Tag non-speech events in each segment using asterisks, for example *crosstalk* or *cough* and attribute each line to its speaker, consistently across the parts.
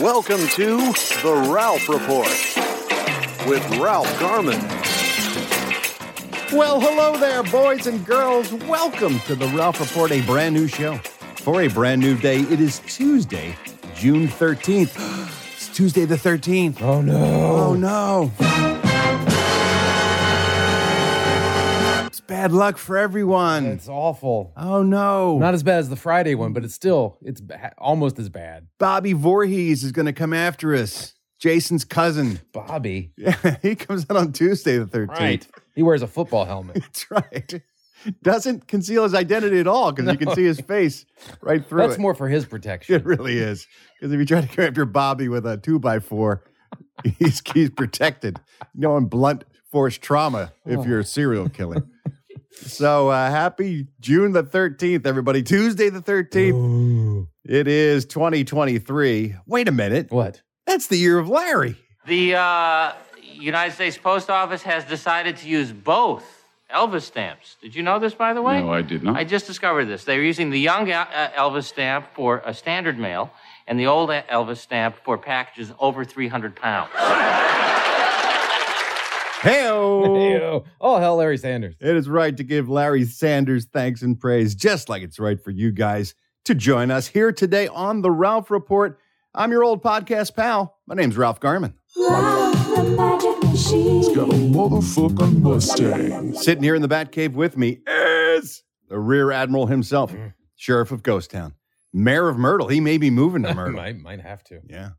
Speaker 1: Welcome to The Ralph Report with Ralph Garman.
Speaker 2: Well, hello there, boys and girls. Welcome to the Ralph Report, a brand new show for a brand new day. It is Tuesday, June 13th. *gasps* It's Tuesday the 13th. Oh, no. Oh, no. It's bad luck for everyone.
Speaker 3: It's awful.
Speaker 2: oh, no.
Speaker 3: Not as bad as the Friday one, but it's still it's ba- almost as bad.
Speaker 2: Bobby Voorhees is going to come after us, Jason's cousin.
Speaker 3: Bobby,
Speaker 2: Yeah, *laughs* he comes out on Tuesday the 13th.
Speaker 3: He wears a football
Speaker 2: *laughs*
Speaker 3: helmet.
Speaker 2: That's right. Doesn't conceal his identity at all because you can see his face right through
Speaker 3: That's
Speaker 2: *laughs* it.
Speaker 3: more for his
Speaker 2: It
Speaker 3: protection.
Speaker 2: really is. Because if you try to come after Bobby with a two by four, he's, he's protected. No one blunt force trauma if
Speaker 3: Oh.
Speaker 2: you're a serial killer. so uh, happy June the 13th, everybody. Tuesday the 13th.
Speaker 3: Ooh.
Speaker 2: It is 2023. Wait a minute.
Speaker 3: What?
Speaker 2: That's the year of Larry.
Speaker 4: The uh, United States Post Office has decided to use both Elvis stamps. Did you know this, by the way?
Speaker 5: No, I did not.
Speaker 4: I just discovered this. They were using the young El- uh, Elvis stamp for a standard mail and the old uh, Elvis stamp for packages over 300 pounds.
Speaker 2: Hey,
Speaker 3: Ew. Oh hell, Larry Sanders.
Speaker 2: it is right to give Larry Sanders thanks and praise, just like it's right for you guys to join us here today on The Ralph Report. I'm your old podcast pal. My name's Ralph Garman.
Speaker 6: Love the magic machine.
Speaker 7: got a motherfucking Mustang.
Speaker 2: Sitting here in the Batcave with me is the Rear Admiral himself,
Speaker 3: Mm.
Speaker 2: Sheriff of Ghost Town, Mayor of Myrtle. He may be moving
Speaker 3: *laughs*
Speaker 2: to Myrtle.
Speaker 3: might might have to.
Speaker 2: yeah.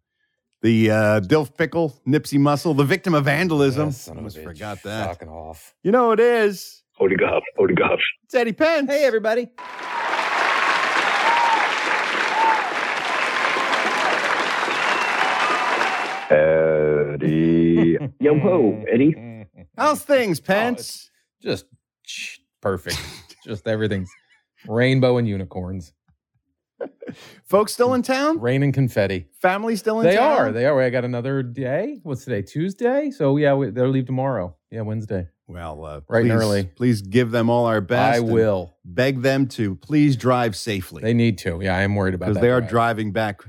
Speaker 2: The uh, Dilf Pickle, Nipsey Muscle, the victim of vandalism.
Speaker 3: Ah, son of a
Speaker 2: Almost
Speaker 3: bitch.
Speaker 2: forgot that.
Speaker 3: Fucking off.
Speaker 2: You know it is.
Speaker 8: Holy God, holy God.
Speaker 2: It's Eddie Pence.
Speaker 3: Hey everybody.
Speaker 8: Eddie. *laughs* Yo ho,
Speaker 3: *laughs*
Speaker 8: Eddie.
Speaker 2: How's things, Pence?
Speaker 3: it's- Just ch- perfect. *laughs* Just everything's rainbow and unicorns,
Speaker 2: Folks still in town?
Speaker 3: rain and confetti.
Speaker 2: Family still in
Speaker 3: They
Speaker 2: town?
Speaker 3: are. They are. I got another day. What's today? Tuesday. So yeah, we, they'll leave tomorrow. Yeah, Wednesday.
Speaker 2: Well, uh,
Speaker 3: Right and
Speaker 2: please-
Speaker 3: early.
Speaker 2: Please give them all our best.
Speaker 3: I
Speaker 2: and
Speaker 3: will.
Speaker 2: beg them to please drive safely
Speaker 3: They need to. Yeah, I am worried about that.
Speaker 2: because they are
Speaker 3: drive.
Speaker 2: driving back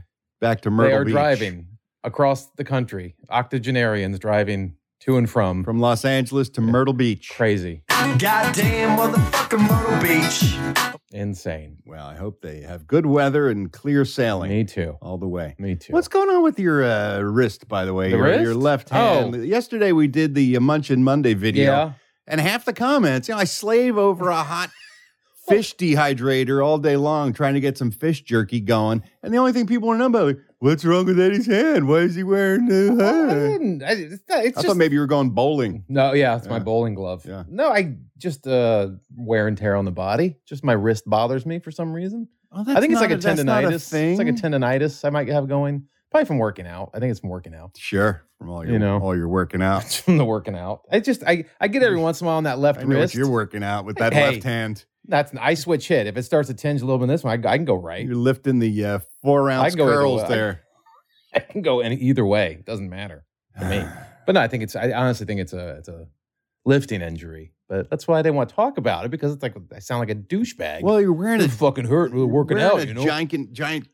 Speaker 2: back to Myrtle
Speaker 3: They are
Speaker 2: Beach
Speaker 3: driving across the country. Octogenarians driving to and from.
Speaker 2: from Los Angeles to Myrtle Beach.
Speaker 3: Crazy,
Speaker 1: Goddamn motherfucking Myrtle Beach.
Speaker 3: insane.
Speaker 2: Well, I hope they have good weather and clear sailing
Speaker 3: Me too.
Speaker 2: all the way.
Speaker 3: Me too.
Speaker 2: What's going on with your uh, wrist, by the way?
Speaker 3: The
Speaker 2: your, your
Speaker 3: wrist?
Speaker 2: left hand.
Speaker 3: Oh.
Speaker 2: Yesterday we did the uh, Munchin Monday video,
Speaker 3: yeah?
Speaker 2: and half the comments, you know, I slave over a
Speaker 3: *laughs*
Speaker 2: hot fish dehydrator all day long trying to get some fish jerky going, and the only thing people want to know about, like, what's wrong with Eddie's hand? Why is he wearing the
Speaker 3: Oh, I
Speaker 2: hat?
Speaker 3: didn't. I, it's not- it's
Speaker 2: I thought
Speaker 3: just
Speaker 2: maybe you were going bowling.
Speaker 3: no. Yeah, it's my
Speaker 2: Yeah.
Speaker 3: bowling glove.
Speaker 2: Yeah.
Speaker 3: No, I just uh, wear and tear on the body. Just my wrist bothers me for some reason.
Speaker 2: Oh,
Speaker 3: I think it's like a
Speaker 2: that's not
Speaker 3: tendonitis.
Speaker 2: thing.
Speaker 3: It's like a tendonitis I might have going. Probably from working out. I think it's from working out.
Speaker 2: Sure, from all your,
Speaker 3: You know.
Speaker 2: all your working out.
Speaker 3: It's *laughs* from the working out. I just I, I get every once in a while on that left
Speaker 2: I know what
Speaker 3: wrist.
Speaker 2: you're working out with that
Speaker 3: Hey.
Speaker 2: left hand.
Speaker 3: That's I switch hit. If it starts to tinge a little bit in this one, I, I can go right.
Speaker 2: You're lifting the uh, four
Speaker 3: I
Speaker 2: ounce
Speaker 3: can go either
Speaker 2: curls
Speaker 3: way.
Speaker 2: there.
Speaker 3: *laughs* I can go any either way. It doesn't matter
Speaker 2: *sighs*
Speaker 3: to me. But no, I think it's. I honestly think it's a it's a lifting injury. But that's why I didn't want to talk about it because it's like I sound like a douchebag.
Speaker 2: Well, you're wearing a
Speaker 3: it fucking hurt
Speaker 2: you're
Speaker 3: working
Speaker 2: wearing
Speaker 3: out.
Speaker 2: a
Speaker 3: You know,
Speaker 2: giant giant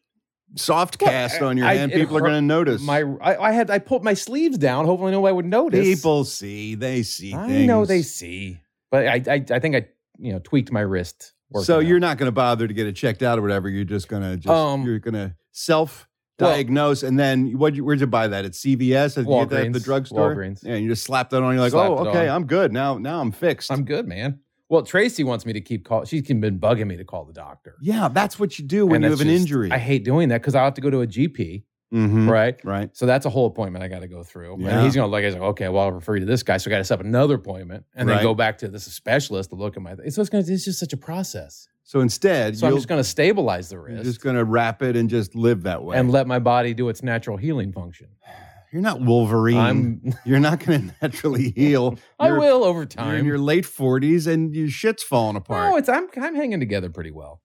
Speaker 2: soft
Speaker 3: Well,
Speaker 2: cast on your
Speaker 3: I-
Speaker 2: hand.
Speaker 3: it
Speaker 2: People are
Speaker 3: hurt
Speaker 2: going to notice.
Speaker 3: my I, I had I pulled my sleeves down. Hopefully, nobody would notice.
Speaker 2: people see. They see.
Speaker 3: I
Speaker 2: things.
Speaker 3: know they see, but I I, I think I you know tweaked my wrist. working
Speaker 2: So
Speaker 3: out.
Speaker 2: you're not going to bother to get it checked out or whatever. You're just going to just
Speaker 3: Um,
Speaker 2: you're going to self. Diagnose and then what? Where'd you buy that? At CVS? Did you get that at the
Speaker 3: Walgreens,
Speaker 2: drugstore?
Speaker 3: Walgreens.
Speaker 2: Yeah, you just slap that on. You're like,
Speaker 3: Slapped
Speaker 2: oh,
Speaker 3: it
Speaker 2: okay,
Speaker 3: on.
Speaker 2: I'm good now. Now I'm fixed.
Speaker 3: I'm good, man. Well, Tracy wants me to keep call. She's been bugging me to call the doctor
Speaker 2: yeah, that's what you do when
Speaker 3: And
Speaker 2: you have
Speaker 3: that's
Speaker 2: an
Speaker 3: just-
Speaker 2: injury.
Speaker 3: I hate doing that because I have to go to a GP,
Speaker 2: Mhm.
Speaker 3: right?
Speaker 2: Right.
Speaker 3: So that's a whole appointment I got to go through.
Speaker 2: Yeah.
Speaker 3: And he's going to look at it, he's like, okay, well, I'll refer you to this guy. So I got to set up another appointment and
Speaker 2: Right.
Speaker 3: then go back to this specialist to look at my. So it's, gonna, it's just such a process.
Speaker 2: So instead,
Speaker 3: So I'm
Speaker 2: you'll
Speaker 3: just going to stabilize the
Speaker 2: You're
Speaker 3: wrist
Speaker 2: just going to wrap it and just live that way.
Speaker 3: and let my body do its natural healing function.
Speaker 2: *sighs* You're not Wolverine.
Speaker 3: I'm-
Speaker 2: *laughs* You're not going to
Speaker 3: *laughs*
Speaker 2: naturally heal.
Speaker 3: I
Speaker 2: You're-
Speaker 3: will over
Speaker 2: You're in
Speaker 3: time.
Speaker 2: your late 40s and your shit's falling apart.
Speaker 3: no, it's I'm I'm hanging together pretty well.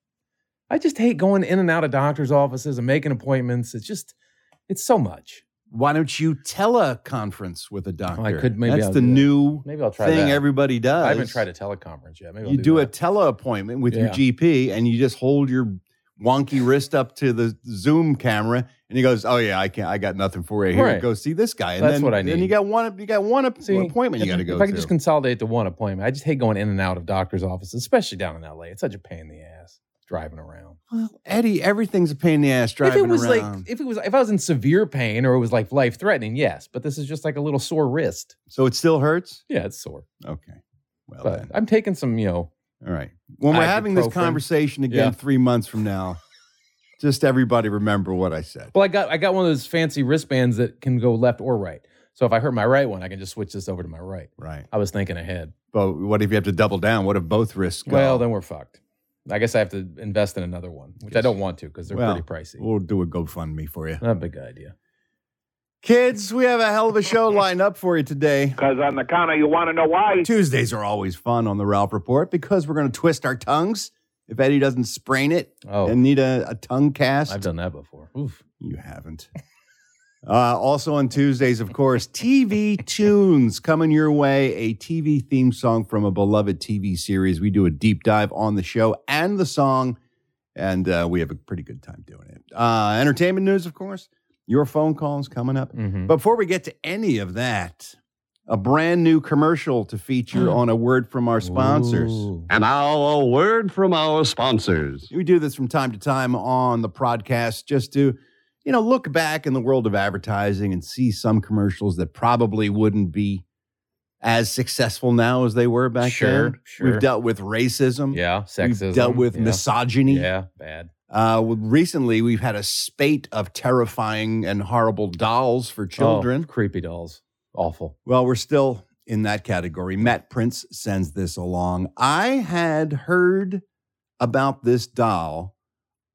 Speaker 3: I just hate going in and out of doctors' offices and making appointments. It's just it's so much.
Speaker 2: Why don't you teleconference with a doctor?
Speaker 3: Oh, could- maybe
Speaker 2: That's
Speaker 3: I'll
Speaker 2: the
Speaker 3: do that.
Speaker 2: new
Speaker 3: Maybe I'll try
Speaker 2: thing
Speaker 3: that.
Speaker 2: everybody does.
Speaker 3: I haven't tried a teleconference yet. Maybe I'll
Speaker 2: You
Speaker 3: do,
Speaker 2: do, a
Speaker 3: that.
Speaker 2: tele appointment with your
Speaker 3: Yeah.
Speaker 2: GP and you just hold your wonky wrist up to the Zoom camera and he goes, "Oh yeah, I can't. I got nothing for you. Here,
Speaker 3: Right.
Speaker 2: go see this guy." And
Speaker 3: That's
Speaker 2: then,
Speaker 3: what I
Speaker 2: Then you
Speaker 3: need.
Speaker 2: got one. You got one app-
Speaker 3: See,
Speaker 2: appointment you
Speaker 3: if-
Speaker 2: got to go
Speaker 3: If I
Speaker 2: to.
Speaker 3: could just consolidate to one appointment, I just hate going in and out of doctors' offices, especially down in LA. It's such a pain in the ass driving around.
Speaker 2: well, Eddie, everything's a pain in the ass driving
Speaker 3: if it was
Speaker 2: around.
Speaker 3: like if it was if I was in severe pain or it was like life threatening, yes. But this is just like a little sore wrist.
Speaker 2: so it still hurts.
Speaker 3: Yeah, it's sore.
Speaker 2: Okay. Well,
Speaker 3: But
Speaker 2: then.
Speaker 3: I'm taking some, you know,
Speaker 2: all right. When we're having this
Speaker 3: Ibuprofen.
Speaker 2: conversation again
Speaker 3: Yeah.
Speaker 2: three months from now, just everybody remember what I said.
Speaker 3: well, I got I got one of those fancy wristbands that can go left or right. So if I hurt my right one, I can just switch this over to my right.
Speaker 2: Right.
Speaker 3: I was thinking ahead.
Speaker 2: But what if you have to double down? What if both risks go?
Speaker 3: Well, then we're fucked. I guess I have to invest in another one, which I
Speaker 2: Yes.
Speaker 3: don't want to because they're pretty pricey.
Speaker 2: We'll do a GoFundMe for you.
Speaker 3: Not a big idea.
Speaker 2: Kids, we have a hell of
Speaker 9: *laughs*
Speaker 2: a show lined up for you today.
Speaker 9: Because on the counter, you want to know why?
Speaker 2: Tuesdays are always fun on the Ralph Report because we're going to twist our tongues. If Eddie doesn't sprain it
Speaker 3: Oh,
Speaker 2: and need a, a tongue cast,
Speaker 3: I've done that before. Oof.
Speaker 2: you haven't. Uh, also on Tuesdays, of course, TV Tunes coming your way, a TV theme song from a beloved TV series. We do a deep dive on the show and the song, and uh, we have a pretty good time doing it. Uh, entertainment news, of course, your phone calls coming up.
Speaker 3: Mhm.
Speaker 2: Before we get to any of that, a brand new commercial to feature on a word from our sponsors.
Speaker 3: Ooh.
Speaker 10: And now, a word from our sponsors.
Speaker 2: We do this from time to time on the podcast just to, you know, look back in the world of advertising and see some commercials that probably wouldn't be as successful now as they were back
Speaker 3: Sure,
Speaker 2: then.
Speaker 3: sure.
Speaker 2: We've dealt with racism.
Speaker 3: Yeah, sexism.
Speaker 2: We've dealt with
Speaker 3: yeah.
Speaker 2: misogyny.
Speaker 3: Yeah, bad.
Speaker 2: Uh, well, recently, we've had a spate of terrifying and horrible dolls for children.
Speaker 3: Oh, creepy dolls. Awful.
Speaker 2: Well, we're still in that category. Matt Prince sends this along. I had heard about this doll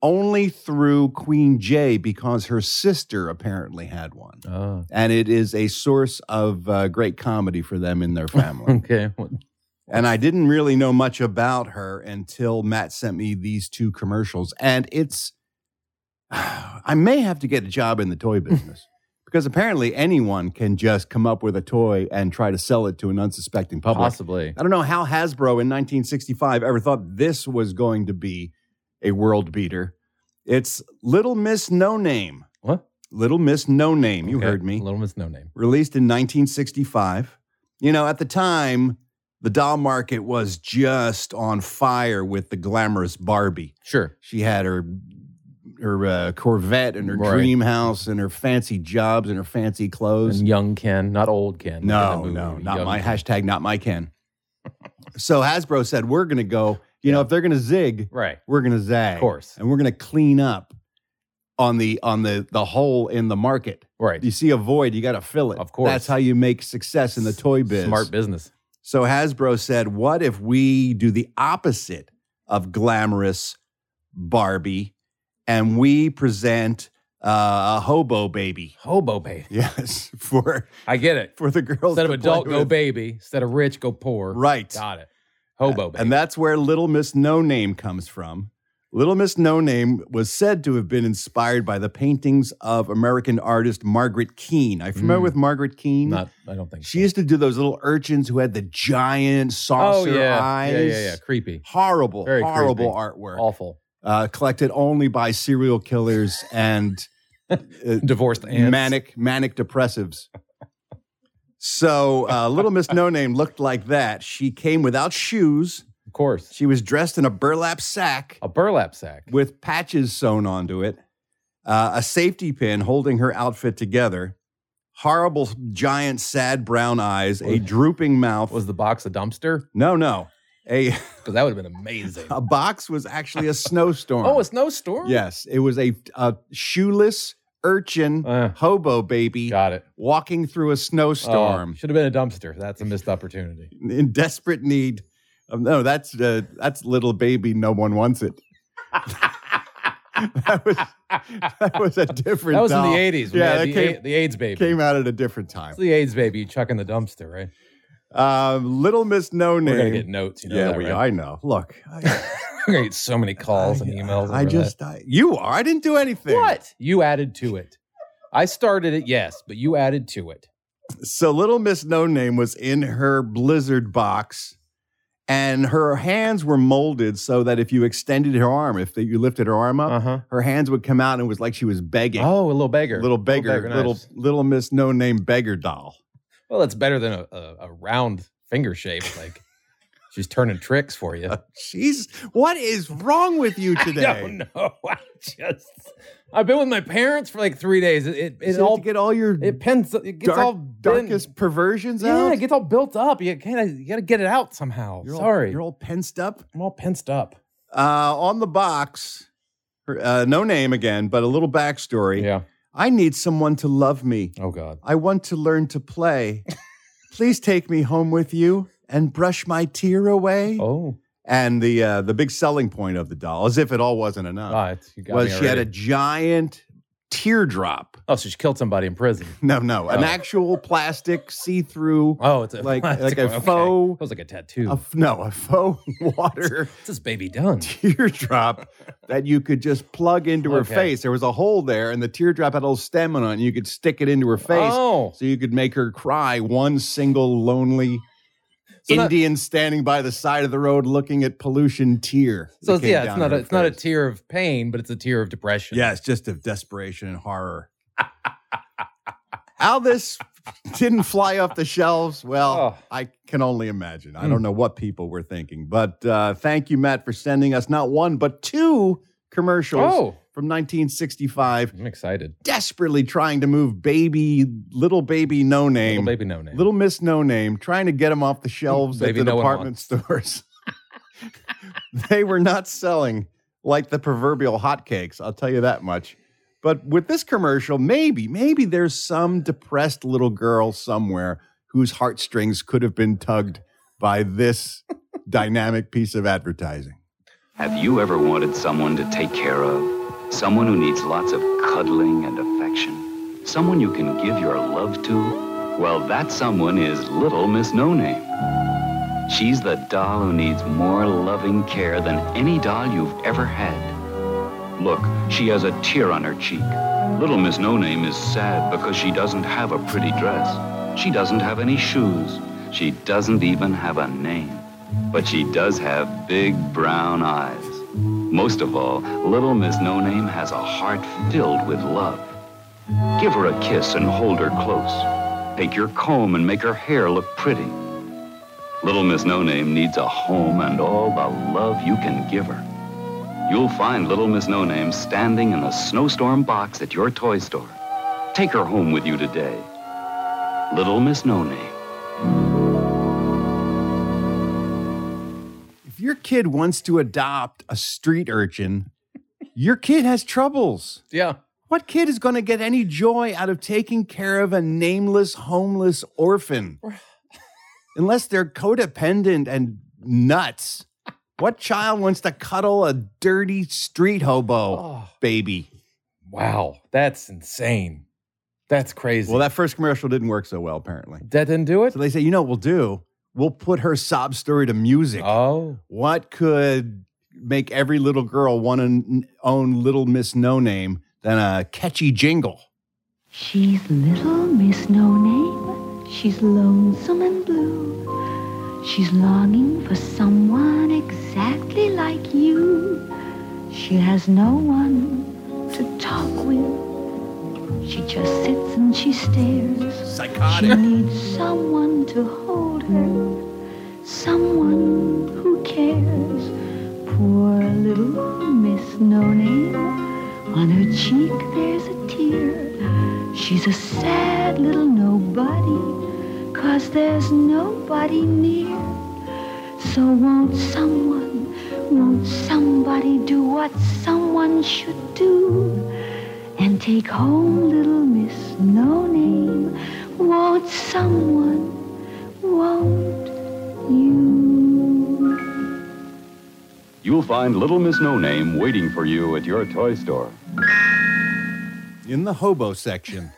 Speaker 2: only through Queen Jay because her sister apparently had one.
Speaker 3: Oh.
Speaker 2: And it is a source of uh, great comedy for them in their family.
Speaker 3: *laughs* Okay.
Speaker 2: and I didn't really know much about her until Matt sent me these two commercials. And it's, *sighs* I may have to get a job in the
Speaker 3: *laughs*
Speaker 2: toy business because apparently anyone can just come up with a toy and try to sell it to an unsuspecting public.
Speaker 3: Possibly.
Speaker 2: I don't know how Hasbro in 1965 ever thought this was going to be a world beater. It's Little Miss No Name.
Speaker 3: What?
Speaker 2: Little Miss No Name. You
Speaker 3: Okay,
Speaker 2: heard me
Speaker 3: Little Miss No Name.
Speaker 2: released in 1965. You know, at the time, the doll market was just on fire with the glamorous Barbie.
Speaker 3: Sure.
Speaker 2: She had her her uh, Corvette and her
Speaker 3: Right.
Speaker 2: dream house and her fancy jobs and her fancy clothes.
Speaker 3: And young Ken, not old Ken. like in
Speaker 2: no,
Speaker 3: the movie,
Speaker 2: no,
Speaker 3: but
Speaker 2: not
Speaker 3: young
Speaker 2: my
Speaker 3: Ken.
Speaker 2: hashtag, not my
Speaker 3: *laughs*
Speaker 2: Ken. so Hasbro said, "We're going to go. You know, if they're going to zig,
Speaker 3: Right.
Speaker 2: we're going to zag,
Speaker 3: Of course.
Speaker 2: and we're going to clean up on the on the the hole in the market."
Speaker 3: Right.
Speaker 2: You see a void, you got to fill it.
Speaker 3: Of course.
Speaker 2: That's how you make success in the toy biz.
Speaker 3: Smart business.
Speaker 2: So Hasbro said, what if we do the opposite of glamorous Barbie and we present uh, a hobo baby?
Speaker 3: Hobo baby.
Speaker 2: Yes, *laughs* for
Speaker 3: I get it.
Speaker 2: for the girls.
Speaker 3: Instead of
Speaker 2: to
Speaker 3: adult,
Speaker 2: play
Speaker 3: go
Speaker 2: with.
Speaker 3: baby. Instead of rich, go poor.
Speaker 2: Right.
Speaker 3: Got it. Hobo baby.
Speaker 2: Uh, And that's where Little Miss No Name comes from. Little Miss No Name was said to have been inspired by the paintings of American artist Margaret Keane. Are you familiar
Speaker 3: Mm.
Speaker 2: with Margaret Keane?
Speaker 3: not, I don't think
Speaker 2: She
Speaker 3: so.
Speaker 2: used to do those little urchins who had the giant saucer
Speaker 3: oh, yeah.
Speaker 2: eyes.
Speaker 3: Yeah, yeah, yeah. Creepy.
Speaker 2: Horrible,
Speaker 3: Very
Speaker 2: horrible
Speaker 3: creepy.
Speaker 2: artwork.
Speaker 3: Awful.
Speaker 2: Uh, collected only by serial killers and
Speaker 3: *laughs*
Speaker 2: uh,
Speaker 3: Divorced aunts.
Speaker 2: manic, manic depressives. So uh, Little Miss No Name looked like that. She came without shoes.
Speaker 3: Of course.
Speaker 2: She was dressed in a burlap sack
Speaker 3: A burlap sack.
Speaker 2: with patches sewn onto it, uh, a safety pin holding her outfit together, horrible, giant, sad brown eyes, a drooping mouth.
Speaker 3: was the box a dumpster?
Speaker 2: No, no. A, *laughs*
Speaker 3: Because that would have been amazing.
Speaker 2: a box was actually a snowstorm.
Speaker 3: oh, a snowstorm?
Speaker 2: Yes, it was a, a shoeless urchin
Speaker 3: Uh,
Speaker 2: hobo baby
Speaker 3: got it.
Speaker 2: walking through a snowstorm
Speaker 3: should have been a dumpster. That's a missed opportunity.
Speaker 2: in desperate need. Of, no, that's uh, that's little baby. No one wants it. *laughs* that was that was a *laughs* different.
Speaker 3: That was in
Speaker 2: doll.
Speaker 3: the 80s.
Speaker 2: Yeah,
Speaker 3: Yeah,
Speaker 2: that
Speaker 3: the,
Speaker 2: came,
Speaker 3: A- the AIDS baby.
Speaker 2: came out at a different time.
Speaker 3: It's the AIDS baby you chuck in the dumpster, right?
Speaker 2: Um, Little Miss No Name.
Speaker 3: We're going to get notes. You know
Speaker 2: yeah,
Speaker 3: that,
Speaker 2: we.
Speaker 3: right?
Speaker 2: I know. Look, I,
Speaker 3: *laughs* We're going to get so many calls and emails.
Speaker 2: I
Speaker 3: over that.
Speaker 2: just I, you are. I didn't do anything.
Speaker 3: What? You added to it. I started it, yes, but you added to it.
Speaker 2: So Little Miss No Name was in her Blizzard box, and her hands were molded so that if you extended her arm, if you lifted her arm up,
Speaker 3: huh.
Speaker 2: her hands would come out, and it was like she was begging.
Speaker 3: Uh-huh. Oh, a little beggar.
Speaker 2: Little beggar, little
Speaker 3: nice.
Speaker 2: little Miss No Name beggar doll.
Speaker 3: Well, that's better than a, a, a round finger shape. Like she's turning tricks for you.
Speaker 2: *laughs*
Speaker 3: *laughs*
Speaker 2: Jeez, what is wrong with you today?
Speaker 3: I don't know. I just I've been with my parents for like three days. It it,
Speaker 2: You
Speaker 3: it
Speaker 2: have
Speaker 3: all
Speaker 2: to get all your
Speaker 3: it pens it gets
Speaker 2: dark-
Speaker 3: all bent-
Speaker 2: darkest perversions
Speaker 3: Yeah,
Speaker 2: out.
Speaker 3: it gets all built up. You gotta you gotta get it out somehow.
Speaker 2: You're all-
Speaker 3: Sorry,
Speaker 2: you're all pensed up.
Speaker 3: I'm all pensed up.
Speaker 2: Uh, on the box, her- uh, no name again, but a little backstory.
Speaker 3: Yeah.
Speaker 2: I need someone to love me.
Speaker 3: Oh God.
Speaker 2: I want to learn to
Speaker 3: *laughs*
Speaker 2: play. Please take me home with you and brush my tear away.
Speaker 3: Oh,
Speaker 2: And the uh, the big selling point of the doll, as if it all wasn't enough,
Speaker 3: Ah, it's- you got
Speaker 2: was
Speaker 3: me
Speaker 2: she had a
Speaker 3: already.
Speaker 2: giant teardrop.
Speaker 3: oh, so she killed somebody in prison.
Speaker 2: *laughs* No, no, an
Speaker 3: Oh.
Speaker 2: actual plastic see through.
Speaker 3: Oh, it's a
Speaker 2: Like- like
Speaker 3: *laughs* plastic
Speaker 2: a
Speaker 3: one. Okay.
Speaker 2: faux-
Speaker 3: It was like a tattoo.
Speaker 2: no, a faux *laughs* water
Speaker 3: What's this baby done?
Speaker 2: teardrop that you could just plug into her
Speaker 3: Okay.
Speaker 2: face. There was a hole there, and the teardrop had a little stem on it, and you could stick it into her face.
Speaker 3: Oh,
Speaker 2: So you could make her cry one single lonely
Speaker 3: So not-
Speaker 2: Indian standing by the side of the road looking at pollution tear.
Speaker 3: so
Speaker 2: that
Speaker 3: it's,
Speaker 2: came
Speaker 3: yeah, it's
Speaker 2: down
Speaker 3: not a,
Speaker 2: her
Speaker 3: it's not a
Speaker 2: face.
Speaker 3: tear of pain, but it's a tear of depression.
Speaker 2: Yeah, it's just of desperation and horror. How this didn't fly off the shelves, well,
Speaker 3: Oh. Hmm.
Speaker 2: I can only imagine. I don't know what people were thinking. But uh, thank you, Matt, for sending us not one, but two commercials
Speaker 3: Oh,
Speaker 2: from 1965,
Speaker 3: I'm excited.
Speaker 2: desperately trying to move baby, little baby, no name.
Speaker 3: Little baby, no name. Hmm.
Speaker 2: Little Miss No Name, trying to get them off the shelves at
Speaker 3: Baby
Speaker 2: the
Speaker 3: No One
Speaker 2: department stores. *laughs* they were not selling like the proverbial hotcakes, I'll tell you that much. But with this commercial, maybe, maybe there's some depressed little girl somewhere whose heartstrings could have been tugged by this dynamic piece of advertising.
Speaker 10: Have you ever wanted someone to take care of? Someone who needs lots of cuddling and affection? Someone you can give your love to? Well, that someone is Little Miss No Name. She's the doll who needs more loving care than any doll you've ever had. Look, she has a tear on her cheek. Little Miss No Name is sad because she doesn't have a pretty dress. She doesn't have any shoes. She doesn't even have a name. But she does have big brown eyes. Most of all, Little Miss No Name has a heart filled with love. Give her a kiss and hold her close. Take your comb and make her hair look pretty. Little Miss No Name needs a home and all the love you can give her you'll find Little Miss No Name standing in a snowstorm box at your toy store. Take her home with you today. Little Miss No Name.
Speaker 2: If your kid wants to adopt a street urchin, your kid has troubles.
Speaker 3: yeah.
Speaker 2: What kid is going to get any joy out of taking care of a nameless, homeless
Speaker 3: *laughs*
Speaker 2: orphan? Unless they're codependent and nuts. What child wants to cuddle a dirty street hobo
Speaker 3: Oh,
Speaker 2: baby?
Speaker 3: wow. That's insane. That's crazy.
Speaker 2: Well, that first commercial didn't work so well, apparently.
Speaker 3: that didn't do it.
Speaker 2: So they say, you know what we'll do? We'll put her sob story to music.
Speaker 3: Oh,
Speaker 2: What could make every little girl want to own Little Miss No Name than a catchy jingle?
Speaker 11: She's little Miss No Name. She's lonesome and blue. She's longing for someone exactly like you. She has no one to talk with. She just sits and she stares. She
Speaker 2: Psychotic.
Speaker 11: needs someone to hold her, someone who cares. Poor little Miss No Name, on her cheek there's a tear. She's a sad little nobody, cause there's nobody near. So won't someone, won't somebody do what someone should do? and take home little Miss No Name. Won't someone, won't you?
Speaker 10: You'll find Little Miss No Name waiting for you at your toy store.
Speaker 2: in the hobo section.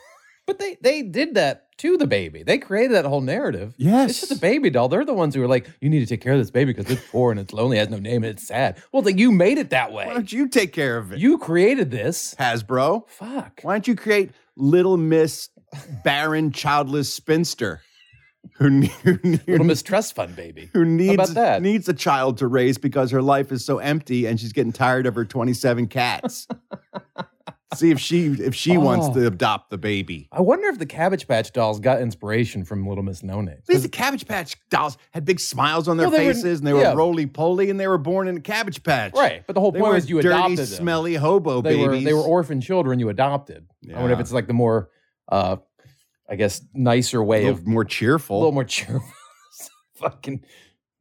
Speaker 3: But they they did that to the baby. They created that whole narrative.
Speaker 2: Yes.
Speaker 3: It's just a baby doll. They're the ones who are like, you need to take care of this baby because it's poor and it's lonely, has no name, and it's sad. Well, then you made it that way.
Speaker 2: Why don't you take care of it,
Speaker 3: You created this.
Speaker 2: Hasbro?
Speaker 3: Fuck.
Speaker 2: Why don't you create Little Miss Barren Childless Spinster, who ne- who, ne-
Speaker 3: Little mistrust fund baby.
Speaker 2: who needs
Speaker 3: about that?
Speaker 2: needs a child to raise because her life is so empty and she's getting tired of her twenty seven
Speaker 3: *laughs*
Speaker 2: cats. See if she if she wants
Speaker 3: Oh.
Speaker 2: to adopt the baby.
Speaker 3: I wonder if the Cabbage Patch dolls got inspiration from Little Miss No Name.
Speaker 2: These Cabbage Patch dolls had big smiles on their
Speaker 3: Well, they were-
Speaker 2: faces, and they were
Speaker 3: yeah.
Speaker 2: roly poly, and they were born in a Cabbage Patch.
Speaker 3: Right. But the whole
Speaker 2: They
Speaker 3: point
Speaker 2: were
Speaker 3: was you
Speaker 2: dirty,
Speaker 3: adopted them.
Speaker 2: smelly hobo
Speaker 3: they
Speaker 2: babies.
Speaker 3: were they were orphan children you adopted. I wonder if
Speaker 2: Yeah.
Speaker 3: it's like the more uh I guess nicer
Speaker 2: a
Speaker 3: way of
Speaker 2: little more
Speaker 3: a
Speaker 2: cheerful.
Speaker 3: little more cheerful fucking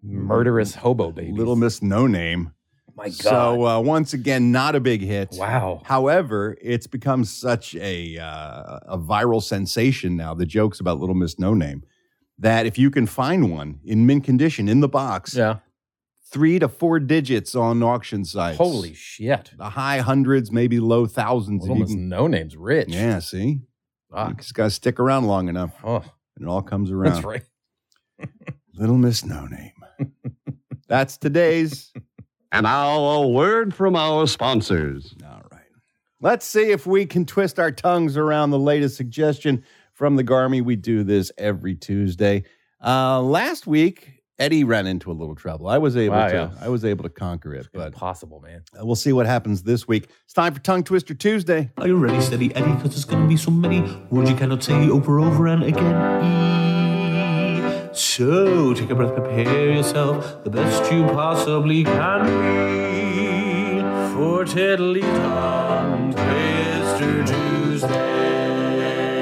Speaker 3: murderous hobo baby.
Speaker 2: Mm-hmm. Little Miss No Name.
Speaker 3: my god.
Speaker 2: So uh, once again, not a big hit.
Speaker 3: wow.
Speaker 2: However, it's become such a uh, a viral sensation now. The jokes about Little Miss No Name that if you can find one in mint condition in the box,
Speaker 3: Yeah.
Speaker 2: three to four digits on auction sites.
Speaker 3: Holy shit.
Speaker 2: the high hundreds, maybe low thousands. if you
Speaker 3: Little Miss
Speaker 2: can-
Speaker 3: No Name's rich.
Speaker 2: yeah, see, you
Speaker 3: Fuck.
Speaker 2: just gotta stick around long enough,
Speaker 3: Oh,
Speaker 2: and it all comes around.
Speaker 3: *laughs* that's right.
Speaker 2: Little Miss No Name. That's
Speaker 3: *laughs*
Speaker 2: today's.
Speaker 5: And now a word from our sponsors.
Speaker 2: All right. Let's see if we can twist our tongues around the latest suggestion from the Garmy. We do this every Tuesday. Uh, last week, Eddie ran into a little trouble. I was able
Speaker 3: Wow,
Speaker 2: to
Speaker 3: yeah.
Speaker 2: I was able to conquer it, but
Speaker 3: Impossible, man.
Speaker 2: uh, we'll see what happens this week. It's time for Tongue Twister Tuesday.
Speaker 12: Are you ready, steady Eddie? Cause there's gonna be so many words you cannot say over, over and again. So take a breath, prepare yourself the best you possibly can be for Tiddly Tom Twister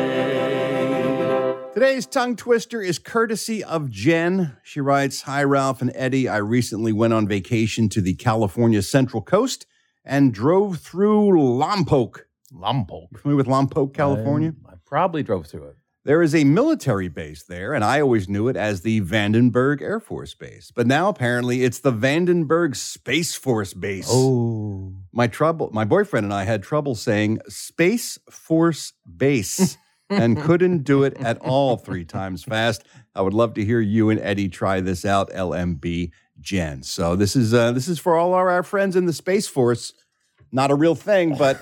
Speaker 12: Tuesday.
Speaker 2: Today's tongue twister is courtesy of Jen. She writes Hi, Ralph and Eddie. I recently went on vacation to the California Central Coast and drove through Lompoc.
Speaker 3: Lompoc.
Speaker 2: Familiar with Lompoc, California?
Speaker 3: I, I probably drove through it.
Speaker 2: There is a military base there, and I always knew it as the Vandenberg Air Force Base. But now apparently it's the Vandenberg Space Force Base.
Speaker 3: Oh.
Speaker 2: My trouble my boyfriend and I had trouble saying Space Force
Speaker 3: *laughs*
Speaker 2: Base and couldn't do it at all three times fast. I would love to hear you and Eddie try this out, LMB Jen. So this is uh, this is for all our, our friends in the Space Force. Not a real thing,
Speaker 3: *laughs*
Speaker 2: but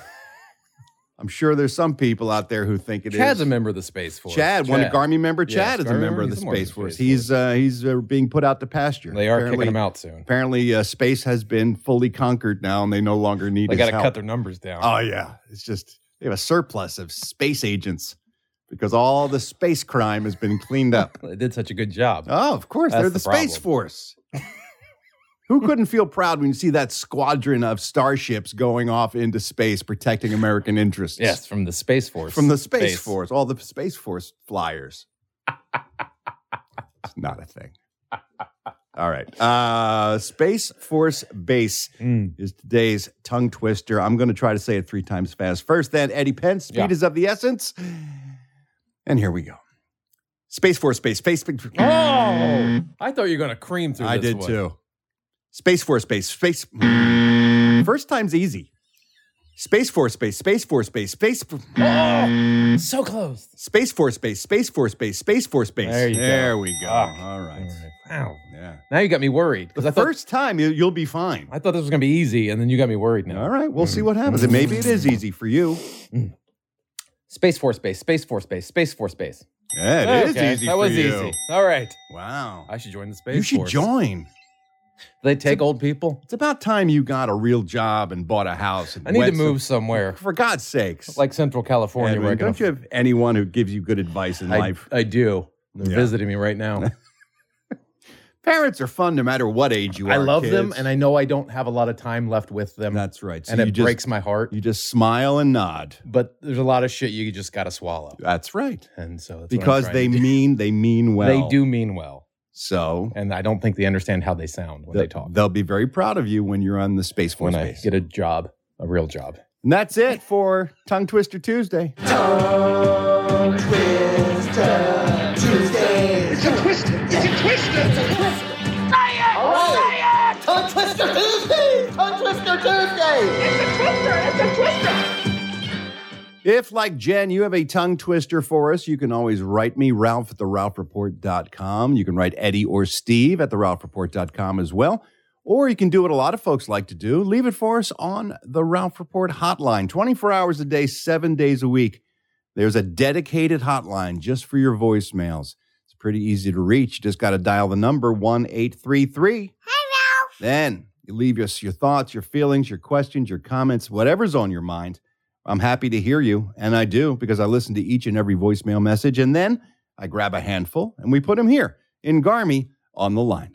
Speaker 2: I'm sure there's some people out there who think it is.
Speaker 3: Chad's a member of the Space Force.
Speaker 2: Chad, one Garmy member.
Speaker 3: Yes,
Speaker 2: Chad is a
Speaker 3: Garmy
Speaker 2: member of the
Speaker 3: member, he's a member of
Speaker 2: Space
Speaker 3: the
Speaker 2: Force.
Speaker 3: Space
Speaker 2: He's
Speaker 3: Force.
Speaker 2: uh, he's uh, being put out to pasture.
Speaker 3: They are
Speaker 2: apparently,
Speaker 3: kicking him out soon.
Speaker 2: Apparently, uh, space has been fully conquered now, and they no longer need.
Speaker 3: They
Speaker 2: his
Speaker 3: got to
Speaker 2: help.
Speaker 3: cut their numbers down.
Speaker 2: Oh yeah, it's just they have a surplus of space agents because all the space crime has been cleaned up.
Speaker 3: *laughs* They did such a good job.
Speaker 2: oh, of course,
Speaker 3: That's
Speaker 2: they're the,
Speaker 3: the
Speaker 2: Space
Speaker 3: problem.
Speaker 2: Force. Who couldn't feel proud when you see that squadron of starships going off into space protecting American interests?
Speaker 3: yes, from the Space Force.
Speaker 2: from the Space,
Speaker 3: Base.
Speaker 2: Force, all the Space Force flyers. it's not a thing. All right. Uh, Space Force Base
Speaker 3: Mm.
Speaker 2: is today's tongue twister. I'm going to try to say it three times fast. First, then, Eddie Pence, speed
Speaker 3: Yeah.
Speaker 2: is of the essence. And here we go. Space Force Base, Space.
Speaker 3: Oh, I thought you were gonna cream through.
Speaker 2: I
Speaker 3: this
Speaker 2: did
Speaker 3: one.
Speaker 2: too. Space Force Base, Space. hmm. First time's easy. Space Force Base, Space Force Base, Space.
Speaker 3: Oh, *gasps* so close.
Speaker 2: Space Force Base, Space Force Base, Space Force Base.
Speaker 3: There you go.
Speaker 2: we go.
Speaker 3: Fuck.
Speaker 2: All right.
Speaker 3: Wow.
Speaker 2: Yeah.
Speaker 3: Now you got me worried because
Speaker 2: The
Speaker 3: I thought
Speaker 2: first time you, you'll be fine.
Speaker 3: I thought this was gonna be easy, and then you got me worried now. Hmm.
Speaker 2: All right, we'll see what happens. And maybe it is easy for you.
Speaker 3: Space Force base. Space Force base. Space Force base.
Speaker 2: Yeah, it is
Speaker 3: Okay,
Speaker 2: easy
Speaker 3: That
Speaker 2: for
Speaker 3: was
Speaker 2: you.
Speaker 3: easy. All right.
Speaker 2: Wow.
Speaker 3: I should join the Space
Speaker 2: You should
Speaker 3: Force.
Speaker 2: join.
Speaker 3: They take old people.
Speaker 2: It's about time you got a real job and bought a house. And
Speaker 3: I need to
Speaker 2: went
Speaker 3: move somewhere,
Speaker 2: For God's sakes.
Speaker 3: like Central California.
Speaker 2: Edwin,
Speaker 3: where I can
Speaker 2: don't you have anyone who gives you good advice in
Speaker 3: I,
Speaker 2: life?
Speaker 3: I do. They're
Speaker 2: Yeah.
Speaker 3: visiting me right now.
Speaker 2: *laughs* Parents are fun no matter what age you are.
Speaker 3: I love them,
Speaker 2: kids.
Speaker 3: and I know I don't have a lot of time left with them,
Speaker 2: That's right. So
Speaker 3: and
Speaker 2: you
Speaker 3: it
Speaker 2: just,
Speaker 3: breaks my heart.
Speaker 2: You just smile and nod.
Speaker 3: but there's a lot of shit you just got to swallow,
Speaker 2: That's right.
Speaker 3: and so that's
Speaker 2: because
Speaker 3: what
Speaker 2: they
Speaker 3: I'm trying to do.
Speaker 2: mean they mean well.
Speaker 3: they do mean well,
Speaker 2: So
Speaker 3: and I don't think they understand how they sound when they
Speaker 2: th-
Speaker 3: talk.
Speaker 2: they'll be very proud of you when you're on the Space Force
Speaker 3: when I
Speaker 2: base.
Speaker 3: get a job, a real job.
Speaker 2: and that's it for Tongue Twister Tuesday. If, like Jen, you have a tongue twister for us, you can always write me, Ralph at the RalphReport.com. You can write Eddie or Steve at the RalphReport.com as well. Or you can do what a lot of folks like to do leave it for us on the Ralph Report hotline, 24 hours a day, seven days a week. There's a dedicated hotline just for your voicemails. It's pretty easy to reach. You just got to dial the number 1 833. Then you leave us your thoughts, your feelings, your questions, your comments, whatever's on your mind. I'm happy to hear you, and I do because I listen to each and every voicemail message, and then I grab a handful and we put them here in Garmy on the line.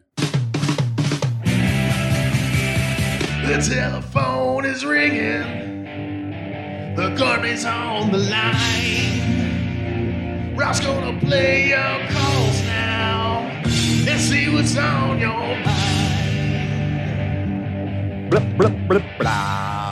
Speaker 13: The telephone is ringing. The garbage on the line. Ralph's gonna play your calls now and see what's on your mind.
Speaker 2: Blah, blah, blah, blah.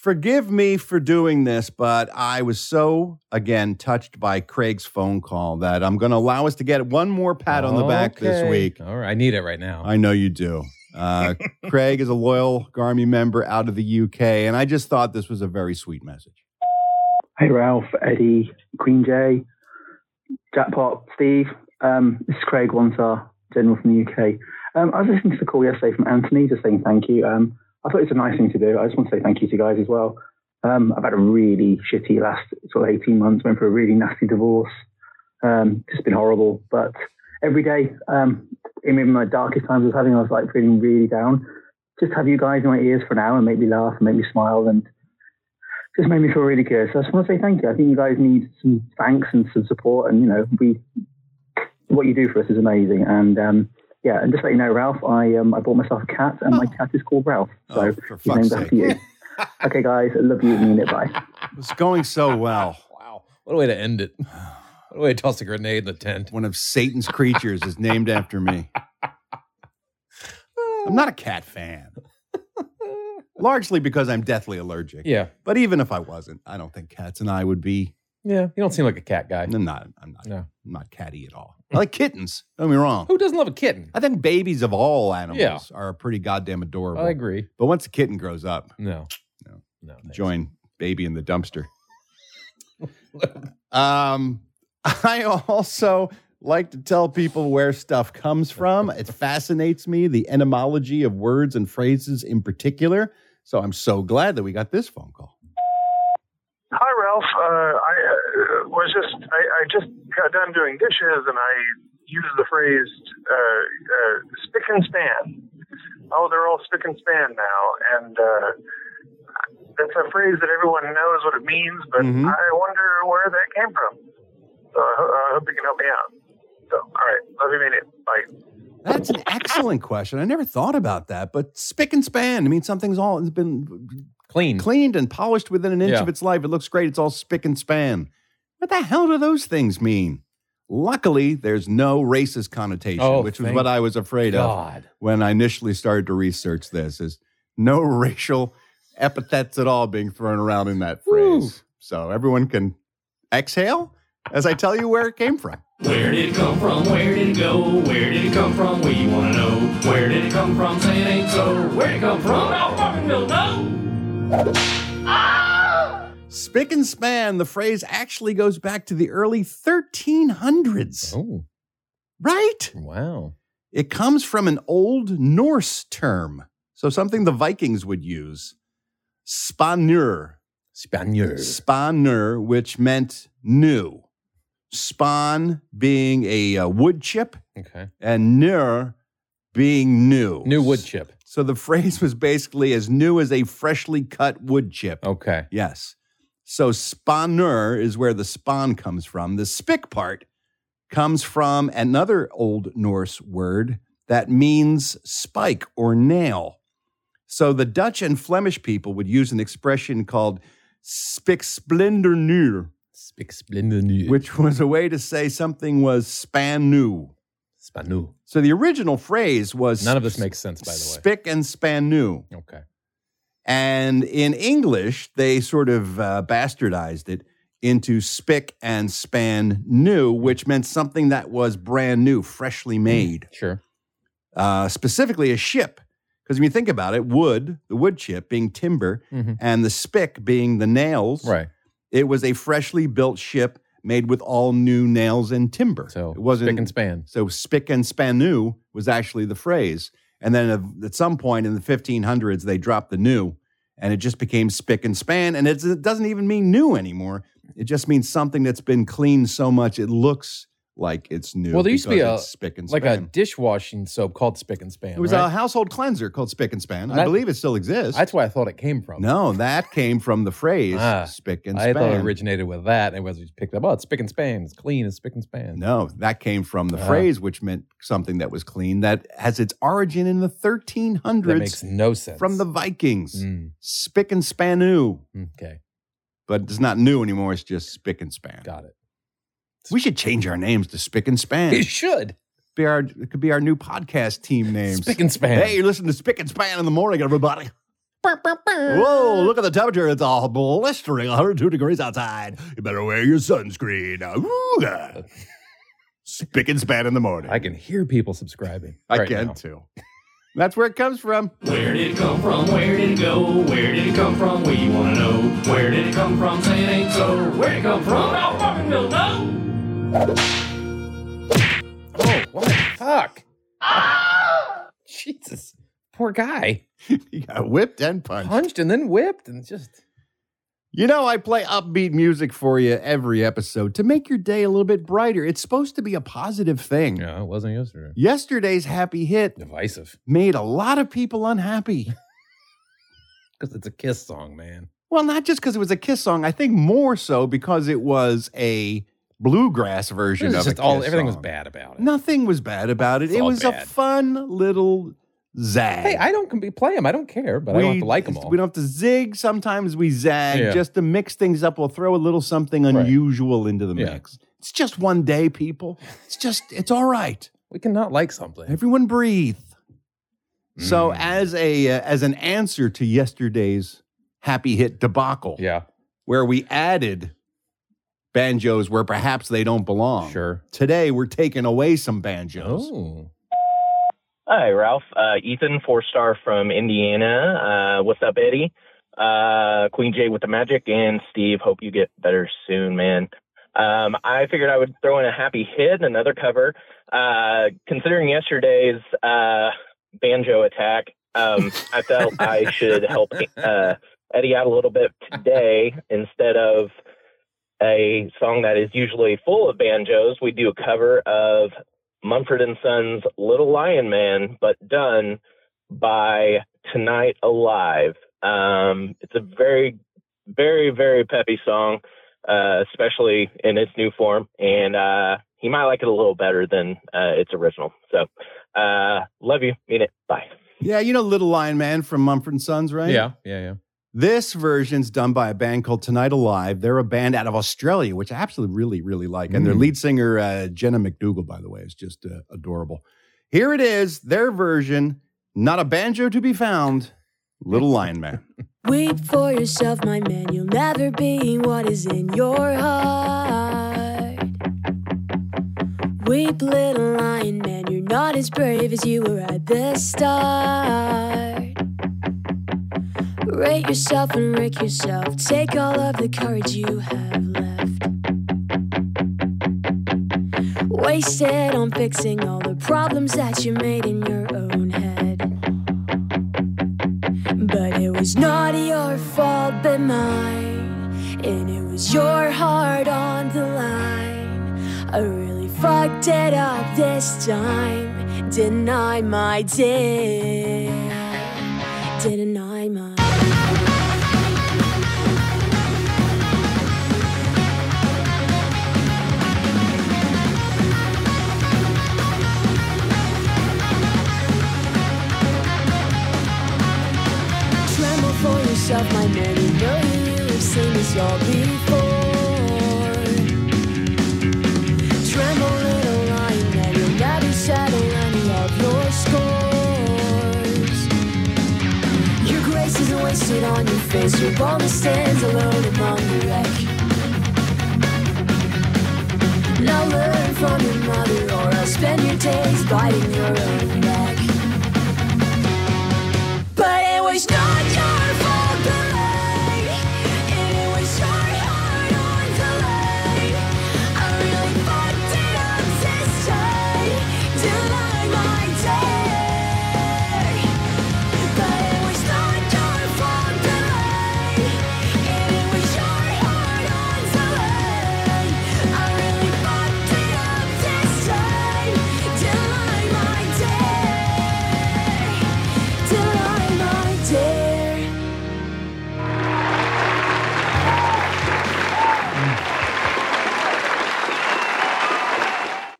Speaker 2: Forgive me for doing this, but I was so, again, touched by Craig's phone call that I'm going to allow us to get one more pat on the back this
Speaker 3: Okay.
Speaker 2: week.
Speaker 3: All right, I need it right now.
Speaker 2: I know you do.
Speaker 3: *laughs*
Speaker 2: Uh, Craig is a loyal Garmy member out of the UK, and I just thought this was a very sweet message.
Speaker 14: Hey Ralph, Eddie, Queen Jay, Jackpot, Steve. Um, this is Craig Wantar, General from the UK. Um, I was listening to the call yesterday from Anthony just saying thank you. Um, I thought it was a nice thing to do. I just want to say thank you to you guys as well. Um, I've had a really shitty last sort of 18 months, went through a really nasty divorce. Um, just been horrible. But every day, um, in my darkest times I was having, I was like feeling really down. Just have you guys in my ears for an hour and make me laugh and make me smile and just made me feel really good. So I just want to say thank you. I think you guys need some thanks and some support, and you know, we what you do for us is amazing. And um, yeah, and just let you know, Ralph, I um, I bought myself a cat, and my cat is called Ralph. So he's
Speaker 2: fuck's
Speaker 14: named after you. okay, guys, I love you. Mean it. Bye.
Speaker 2: It's going so well.
Speaker 3: *laughs* wow. What a way to end it. What a way to toss a grenade in the tent.
Speaker 2: One of Satan's creatures is named after me. I'm not a cat fan, largely because I'm deathly allergic.
Speaker 3: Yeah.
Speaker 2: But even if I wasn't, I don't think cats and I would be.
Speaker 3: Yeah. You don't seem like a cat guy.
Speaker 2: I'm not. I'm not.
Speaker 3: No.
Speaker 2: I'm not catty at
Speaker 3: *laughs*
Speaker 2: all. I like kittens. Don't get me wrong.
Speaker 3: Who doesn't love a kitten?
Speaker 2: I think babies of all animals
Speaker 3: Yeah.
Speaker 2: are pretty goddamn adorable.
Speaker 3: I agree.
Speaker 2: But once a kitten grows up,
Speaker 3: No.
Speaker 2: no, join baby in the
Speaker 3: *laughs*
Speaker 2: dumpster. um, I also like to tell people where stuff comes from.
Speaker 3: *laughs*
Speaker 2: It fascinates me the etymology of words and phrases in particular. So I'm so glad that we got this phone call.
Speaker 15: Hi, Ralph. Uh, I uh, was just I, I just got done doing dishes, and I used the phrase uh, uh, "spick and span." Oh, they're all spick and span now, and uh, that's a phrase that everyone knows what it means, but
Speaker 3: Mm-hmm.
Speaker 8: Mhm.
Speaker 15: I wonder where that came from. So I, ho- I hope you can help me out. So, all right, love you, mean it. Bye.
Speaker 2: That's an excellent question. I never thought about that, but spick and span. I mean, something's all it's been
Speaker 3: cleaned,
Speaker 2: cleaned and polished within an inch
Speaker 3: Yeah.
Speaker 2: of its life. It looks great. It's all spick and span. What the hell do those things mean? Luckily, there's no racist connotation,
Speaker 3: Oh,
Speaker 2: which was
Speaker 3: thank
Speaker 2: what I was afraid
Speaker 3: God.
Speaker 2: of when I initially started to research this. Is no *laughs* racial epithets at all being thrown around in that phrase. So everyone can exhale as I tell you where it came from.
Speaker 16: Where did it come from? Where did it go? Where did it come from? We want to know. Where did it come from? Saying ain't so. Where did it come from? Ralph Martinville, no.
Speaker 2: Oh! Spick and span, the phrase actually goes back to the early 1300s.
Speaker 3: Oh.
Speaker 2: Right?
Speaker 3: Wow.
Speaker 2: It comes from an old Norse term. So something the Vikings would use. Spanur.
Speaker 3: Spanur.
Speaker 2: Spanur, which meant new. Span being a, uh wood chip
Speaker 3: Okay.
Speaker 2: and nur being new.
Speaker 3: New wood chip.
Speaker 2: So the phrase was basically as new as a freshly cut wood chip.
Speaker 3: Okay.
Speaker 2: Yes. So spanner is where the spawn comes from. The spick part comes from another old Norse word that means spike or nail. So the Dutch and Flemish people would use an expression called spick splendor nu,
Speaker 3: Spick splendid new.
Speaker 2: which was a way to say something was span new.
Speaker 3: Span new.
Speaker 2: So the original phrase was
Speaker 3: None of this makes sense, by the way.
Speaker 2: spick and span new.
Speaker 3: Okay.
Speaker 2: And in English, they sort of uh, bastardized it into spick and span new, which meant something that was brand new, freshly made.
Speaker 3: Sure.
Speaker 2: Uh, specifically, a ship. Because when you think about it, wood, the wood chip being timber,
Speaker 3: Mhm.
Speaker 2: and the spick being the nails.
Speaker 3: Right.
Speaker 2: It was a freshly built ship made with all new nails and timber. So it wasn't
Speaker 3: spick and span.
Speaker 2: So spick and span new was actually the phrase. And then of- at some point in the 1500s, they dropped the new, and it just became spick and span. And it's, it doesn't even mean new anymore. It just means something that's been cleaned so much it looks like it's new.
Speaker 3: Well, there used to be
Speaker 2: because
Speaker 3: a
Speaker 2: it's spick and
Speaker 3: like a
Speaker 2: span.
Speaker 3: dishwashing soap called Spick and Span.
Speaker 2: It was
Speaker 3: right?
Speaker 2: a household cleanser called Spick and Span.
Speaker 3: And
Speaker 2: I
Speaker 3: that-
Speaker 2: believe it still exists.
Speaker 3: That's where I thought it came from.
Speaker 2: No, that came from the phrase
Speaker 3: Ah,
Speaker 2: spick and
Speaker 3: I
Speaker 2: span.
Speaker 3: thought it originated with that, and it was just picked up. Oh, it's Spick and Span. It's clean. It's Spick and Span.
Speaker 2: no, that came from the
Speaker 3: Ah.
Speaker 2: phrase, which meant something that was clean, that has its origin in the 1300s.
Speaker 3: That makes no sense. Hmm.
Speaker 2: From the Vikings. Spick and span new.
Speaker 3: Okay.
Speaker 2: But it's not new anymore. It's just spick and span.
Speaker 3: Got it.
Speaker 2: We should change our names to spick and span.
Speaker 3: You should.
Speaker 2: Be our, it could be our new podcast team name.
Speaker 3: *laughs* Spick and Span.
Speaker 2: Hey, you listen to Spick and Span in the morning, everybody. Whoa, look at the temperature. It's all blistering 102 degrees outside. You better wear your sunscreen. Ooh-ah. Spick and span in the morning.
Speaker 3: I can hear people subscribing.
Speaker 2: I
Speaker 3: right
Speaker 2: can
Speaker 3: now.
Speaker 2: too. That's where it comes from.
Speaker 16: Where did it come from? Where did it go? Where did it come from? We want to know. Where did it come from? Saying ain't so. Where did it come from? Now fucking will know.
Speaker 3: Oh, what the
Speaker 2: *gasps*
Speaker 3: fuck? Jesus. Poor guy.
Speaker 2: *laughs* he got whipped and punched.
Speaker 3: Punched and then whipped and just
Speaker 2: You know, I play upbeat music for you every episode to make your day a little bit brighter. It's supposed to be a positive thing.
Speaker 3: Yeah, it wasn't yesterday.
Speaker 2: Yesterday's happy hit
Speaker 3: divisive.
Speaker 2: made a lot of people unhappy.
Speaker 3: Because it's a kiss song, man.
Speaker 2: Well, not just because it was a Kiss song. I think more so because it was a bluegrass
Speaker 3: It
Speaker 2: version
Speaker 3: was
Speaker 2: of
Speaker 3: just
Speaker 2: a
Speaker 3: all
Speaker 2: Kiss
Speaker 3: everything was
Speaker 2: song.
Speaker 3: bad about it.
Speaker 2: Nothing was bad about it.
Speaker 3: It's
Speaker 2: it
Speaker 3: all
Speaker 2: was a
Speaker 3: bad.
Speaker 2: fun little zag.
Speaker 3: Hey, I don't com- play them. I don't care, but I don't have to like them all.
Speaker 2: We don't have to zig. Sometimes we zag
Speaker 3: Yeah.
Speaker 2: just to mix things up. We'll throw a little something unusual into the
Speaker 3: Yeah.
Speaker 2: mix. It's just one day, people. It's just, it's all right.
Speaker 3: We cannot like something. Mm.
Speaker 2: Everyone breathe. So, as a uh, as an answer to yesterday's happy hit debacle,
Speaker 3: Yeah,
Speaker 2: where we added banjos where perhaps they don't belong.
Speaker 3: sure.
Speaker 2: Today, we're taking away some banjos.
Speaker 3: Oh.
Speaker 17: Hi, Ralph. Uh, Ethan, four star from Indiana. Uh, what's up, Eddie? Uh, Queen Jay with the magic, and Steve. Hope you get better soon, man. Um, I figured I would throw in a happy hit, another cover. Uh, considering yesterday's uh, banjo attack, um, I felt I should help uh, Eddie out a little bit today instead of a song that is usually full of banjos. We do a cover of Mumford and Sons' Little Lion Man, but done by Tonight Alive. Um, it's a very, very, very peppy song, uh, especially in its new form, and uh, he might like it a little better than uh, its original. So, uh, love you. Mean it. Bye.
Speaker 2: Yeah, you know Little Lion Man from Mumford and Sons, right?
Speaker 3: Yeah, yeah, yeah.
Speaker 2: This version's done by a band called Tonight Alive. They're a band out of Australia, which I absolutely really, really like. And their
Speaker 3: Mm.
Speaker 2: lead singer, uh, Jenna McDougal, by the way, is just uh, adorable. Here it is, their version, not a banjo to be found, Little Lion Man.
Speaker 18: Wait for yourself, my man. You'll never be what is in your heart. Weep, little lion man. You're not as brave as you were at the start. Rate yourself and wreck yourself. Take all of the courage you have left. Wasted on fixing all the problems that you made in your own head. But it was not your fault but mine. And it was your heart on the line. I really fucked it up this time. Denied my day. Didn't I my Tremble for yourself, my man. You know you have seen this all before. Tremble, little lion, that you'll never settle any of your scores. Your grace is wasted on your face. Your boldness stands alone among the wreck. Now learn from your mother, or I'll spend your days biting your own neck. But it was not your fault, but it was your heart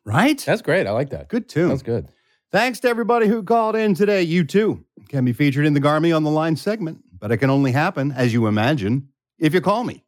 Speaker 1: Right?
Speaker 3: That's great. I like that.
Speaker 2: Good tune.
Speaker 3: That's good.
Speaker 2: Thanks to everybody who called in today. You too can be featured in the Garmy on the Line segment, but it can only happen, as you imagine, if you call me.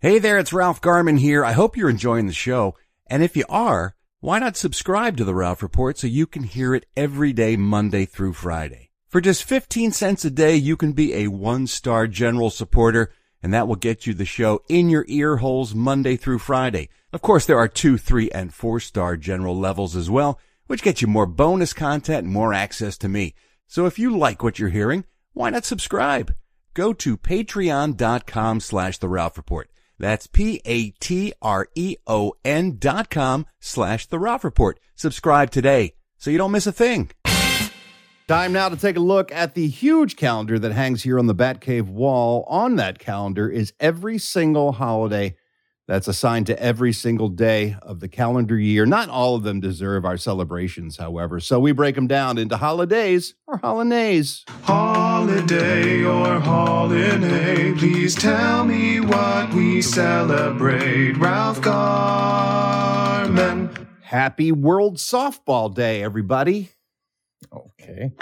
Speaker 1: Hey there, it's Ralph Garman here. I hope you're enjoying the show. And if you are, why not subscribe to The Ralph Report so you can hear it every day, Monday through Friday? For just 15 cents a day, you can be a one-star general supporter, and that will get you the show in your ear holes Monday through Friday. Of course, there are two, three, and four-star general levels as well, which get you more bonus content and more access to me. So if you like what you're hearing, why not subscribe? Go to patreon.com slash The Ralph Report. That's P-A-T-R-E-O-N E dot com slash The Ralph Report. Subscribe today so you don't miss a thing.
Speaker 2: Time now to take a look at the huge calendar that hangs here on the Batcave wall. On that calendar is every single holiday that's assigned to every single day of the calendar year. Not all of them deserve our celebrations, however, so we break them down into holidays or holinays.
Speaker 7: Holiday or holiday, please tell me what we celebrate. Ralph Garman.
Speaker 2: Happy World Softball Day, everybody.
Speaker 3: Okay.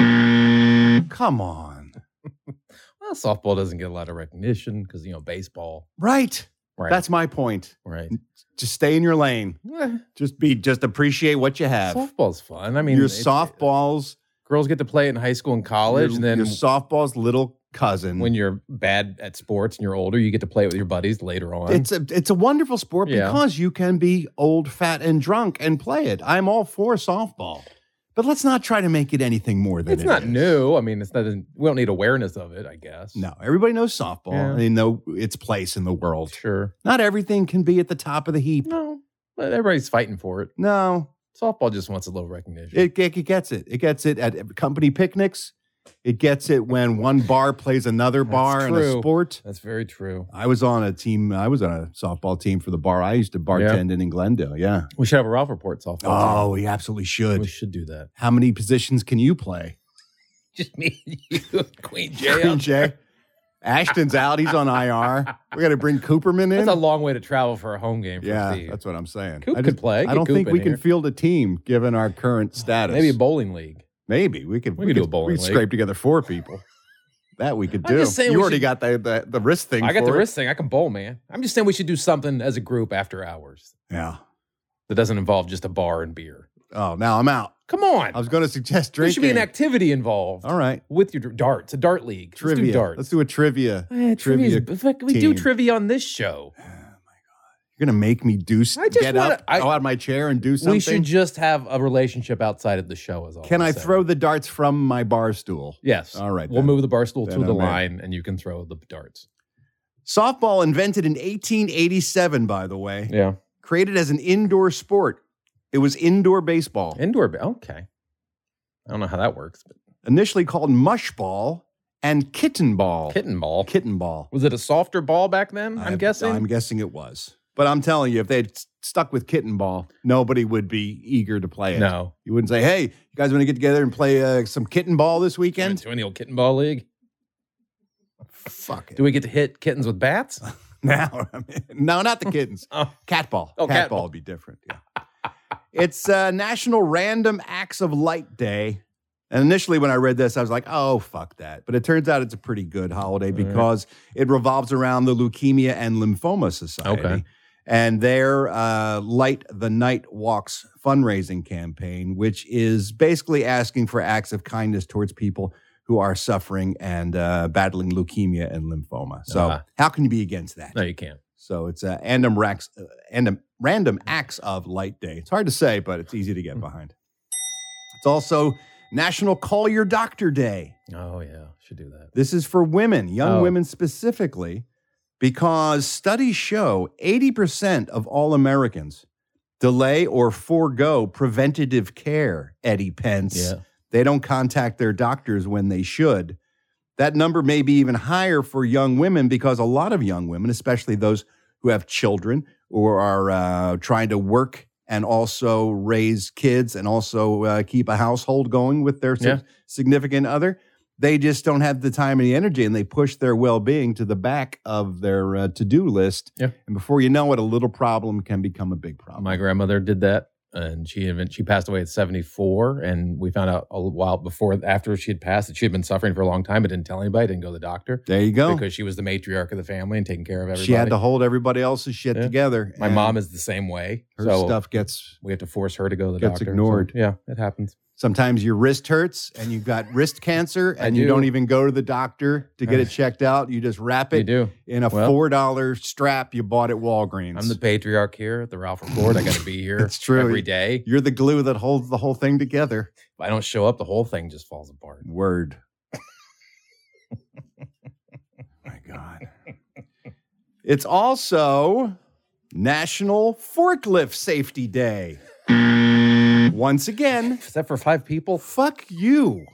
Speaker 2: Come on.
Speaker 3: *laughs* Well, softball doesn't get a lot of recognition because, you know, baseball.
Speaker 2: Right.
Speaker 3: Right.
Speaker 2: That's my point.
Speaker 3: Right.
Speaker 2: Just stay in your lane.
Speaker 3: Eh,
Speaker 2: Just be just appreciate what you have.
Speaker 3: softball's fun. I mean,
Speaker 2: your
Speaker 3: it's- uh,
Speaker 2: softball's
Speaker 3: girls get to play it in high school and college,
Speaker 2: your,
Speaker 3: and then
Speaker 2: your softball's little cousin.
Speaker 3: when you're bad at sports and you're older, you get to play it with your buddies later on.
Speaker 2: it's a it's a wonderful sport
Speaker 3: Yeah.
Speaker 2: because you can be old, fat, and drunk and play it. I'm all for softball, but let's not try to make it anything more than
Speaker 3: It's
Speaker 2: it
Speaker 3: not
Speaker 2: is.
Speaker 3: new. I mean, it's not. We don't need awareness of it, I guess.
Speaker 2: No, everybody knows softball.
Speaker 3: Yeah.
Speaker 2: They know its place in the world.
Speaker 3: Sure.
Speaker 2: Not everything can be at the top of the heap.
Speaker 3: No, but everybody's fighting for it.
Speaker 2: No,
Speaker 3: Softball just wants a little recognition.
Speaker 2: It, it, it gets it. It gets it at company picnics. It gets it when one bar plays another
Speaker 3: That's
Speaker 2: bar in a
Speaker 3: true.
Speaker 2: sport.
Speaker 3: That's very true.
Speaker 2: I was on a team. I was on a softball team for the bar I used to bartend in in Glendale. Yeah.
Speaker 3: We should have a Ralph report softball.
Speaker 2: Oh,
Speaker 3: team.
Speaker 2: we absolutely
Speaker 3: we
Speaker 2: should.
Speaker 3: should do that.
Speaker 2: How many positions can you play?
Speaker 3: *laughs* Just me, and you, and
Speaker 2: *laughs*
Speaker 3: Queen Jay.
Speaker 2: Green Jay. Ashton's out. He's on IR. We got to bring Cooperman in.
Speaker 3: That's a long way to travel for a home game. For
Speaker 2: yeah,
Speaker 3: Steve.
Speaker 2: that's what I'm saying.
Speaker 3: Coop
Speaker 2: I
Speaker 3: could play.
Speaker 2: I
Speaker 3: Get
Speaker 2: don't
Speaker 3: Coop
Speaker 2: think
Speaker 3: in
Speaker 2: we
Speaker 3: here.
Speaker 2: can field a team given our current status.
Speaker 3: maybe a bowling league.
Speaker 2: Maybe we could
Speaker 3: We could do a bowling
Speaker 2: We'd
Speaker 3: league.
Speaker 2: scrape together four people. That we could
Speaker 3: I'm
Speaker 2: do.
Speaker 3: just saying
Speaker 2: you
Speaker 3: we
Speaker 2: already
Speaker 3: should-
Speaker 2: got the, the the wrist thing.
Speaker 3: I got the
Speaker 2: for it.
Speaker 3: wrist thing. I can bowl, man. I'm just saying we should do something as a group after hours
Speaker 2: Yeah.
Speaker 3: that doesn't involve just a bar and beer.
Speaker 2: Oh, now I'm out.
Speaker 3: Come on,
Speaker 2: I was going to suggest
Speaker 3: there
Speaker 2: drinking.
Speaker 3: should be an activity involved
Speaker 2: All right,
Speaker 3: with your darts, a dart league.
Speaker 2: trivia.
Speaker 3: Let's do darts.
Speaker 2: a trivia.
Speaker 3: Eh, trivia's-
Speaker 2: trivia.
Speaker 3: but fuck, we do
Speaker 2: team. Oh
Speaker 3: trivia on
Speaker 2: *sighs*
Speaker 3: this show.
Speaker 2: You're going to make me do s-
Speaker 3: I just
Speaker 2: get
Speaker 3: wanna-
Speaker 2: up,
Speaker 3: I-
Speaker 2: go out of my chair, and do something.
Speaker 3: We should just have a relationship outside of the show. As all
Speaker 2: Can
Speaker 3: I'm
Speaker 2: I
Speaker 3: saying.
Speaker 2: throw the darts from my bar stool?
Speaker 3: Yes.
Speaker 2: All right,
Speaker 3: We'll
Speaker 2: then.
Speaker 3: move the bar stool to
Speaker 2: Then
Speaker 3: the
Speaker 2: I'm in.
Speaker 3: line, and you can throw the darts.
Speaker 2: Softball invented in 1887, by the way,
Speaker 3: Yeah.
Speaker 2: created as an indoor sport. It was indoor baseball.
Speaker 3: Indoor. ba- Okay. I don't know how that works. But
Speaker 2: initially called mush ball and kitten ball.
Speaker 3: kitten ball.
Speaker 2: Kitten ball.
Speaker 3: Was it a softer ball back then? I'm,
Speaker 2: I-
Speaker 3: guessing.
Speaker 2: I'm guessing it was. But I'm telling you, if they had s- stuck with kitten ball, nobody would be eager to play it.
Speaker 3: no.
Speaker 2: You wouldn't say, hey, you guys want to get together and play uh, some kitten ball *laughs* this weekend?
Speaker 3: To any old kitten ball league?
Speaker 2: Fuck it.
Speaker 3: Do we get to hit kittens
Speaker 2: *laughs*
Speaker 3: with bats?
Speaker 2: now, I mean, *laughs* no, not the kittens.
Speaker 3: Oh.
Speaker 2: Cat ball.
Speaker 3: Oh,
Speaker 2: cat,
Speaker 3: cat
Speaker 2: ball.
Speaker 3: ball.
Speaker 2: would be different. Yeah. it's uh, National Random Acts of Light Day. And initially, when I read this, I was like, oh, fuck that. But it turns out it's a pretty good holiday
Speaker 3: right.
Speaker 2: because it revolves around the Leukemia and Lymphoma Society.
Speaker 3: Okay.
Speaker 2: And their uh, Light the Night Walks fundraising campaign, which is basically asking for acts of kindness towards people who are suffering and uh, battling leukemia and lymphoma. So,
Speaker 3: Uh-huh.
Speaker 2: how can you be against that?
Speaker 3: No, you can't.
Speaker 2: So it's uh, Andam Racks, uh, Andam random acts of light day. It's hard to say, but it's easy to
Speaker 3: Hmm.
Speaker 2: get behind. It's also National Call Your Doctor Day.
Speaker 3: Oh yeah, should do that.
Speaker 2: This is for women, young
Speaker 3: Oh.
Speaker 2: women specifically, because studies show 80% of all Americans delay or forego preventative care, Eddie Pence.
Speaker 3: Yeah.
Speaker 2: They don't contact their doctors when they should. That number may be even higher for young women because a lot of young women, especially those who have children or are uh, trying to work and also raise kids and also uh, keep a household going with their sig-
Speaker 3: Yeah.
Speaker 2: significant other, they just don't have the time and the energy and they push their well-being to the back of their uh, to-do list
Speaker 3: Yeah.
Speaker 2: and before you know it a little problem can become a big problem
Speaker 3: My grandmother did that, and she even she passed away at seventy four. And we found out a while before after she had passed that she had been suffering for a long time, but didn't tell anybody, didn't go to the doctor.
Speaker 2: there you go
Speaker 3: because she was the matriarch of the family and taking care of everybody.
Speaker 2: she had to hold everybody else's shit
Speaker 3: Yeah.
Speaker 2: together
Speaker 3: My
Speaker 2: and
Speaker 3: mom is the same way.
Speaker 2: her
Speaker 3: so
Speaker 2: stuff gets
Speaker 3: we have to force her to go to the
Speaker 2: gets
Speaker 3: doctor. So,
Speaker 2: ignored.
Speaker 3: yeah, it happens.
Speaker 2: sometimes your wrist hurts and you've got wrist cancer
Speaker 3: *laughs* I
Speaker 2: and you
Speaker 3: do.
Speaker 2: don't even go to the doctor to get
Speaker 3: *sighs* Uh,
Speaker 2: it checked out you just wrap
Speaker 3: You
Speaker 2: it
Speaker 3: do.
Speaker 2: in a
Speaker 3: Well-
Speaker 2: four dollar strap you bought at walgreens
Speaker 3: I'm the patriarch here at the Ralph Report. I got to
Speaker 2: *laughs*
Speaker 3: be here.
Speaker 2: It's true.
Speaker 3: every day.
Speaker 2: you're the glue that holds the whole thing together
Speaker 3: If I don't show up, the whole thing just falls apart.
Speaker 2: word my god it's also national forklift safety day once again
Speaker 3: Is that for five people?
Speaker 2: Fuck you.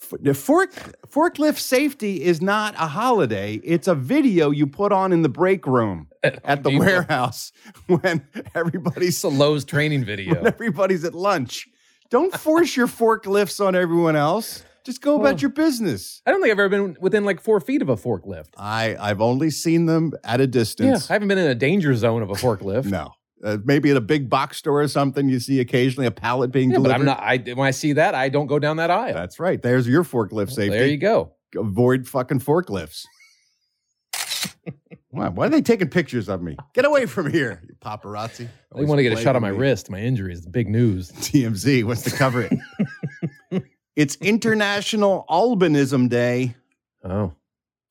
Speaker 2: F- The fork, forklift safety is not a holiday. It's a video you put on in the break
Speaker 3: *laughs*
Speaker 2: room at the
Speaker 3: Depot.
Speaker 2: warehouse *laughs* when everybody's
Speaker 3: Oh, It's a Lowe's training
Speaker 2: when
Speaker 3: video.
Speaker 2: everybody's at lunch. Don't force your forklifts on everyone else. Just go about your business.
Speaker 3: I don't think I've ever been within like four feet of a forklift.
Speaker 2: I I've only seen them at a
Speaker 3: Yeah,
Speaker 2: distance.
Speaker 3: I haven't been in a danger zone of a forklift.
Speaker 2: No, uh, maybe at a big box store or something. You see occasionally a pallet being
Speaker 3: Yeah, but
Speaker 2: delivered.
Speaker 3: I'm not. I when I see that, I don't go down that aisle.
Speaker 2: That's right. There's your forklift safety.
Speaker 3: There you go.
Speaker 2: avoid fucking forklifts. why, why are they taking pictures of me? Get away from here, you paparazzi.
Speaker 3: They want to get a shot on my
Speaker 2: wrist.
Speaker 3: wrist. My injury is the
Speaker 2: *laughs*
Speaker 3: big news.
Speaker 2: TMZ wants to
Speaker 3: *laughs*
Speaker 2: cover it. it's International Albinism Day.
Speaker 3: Oh,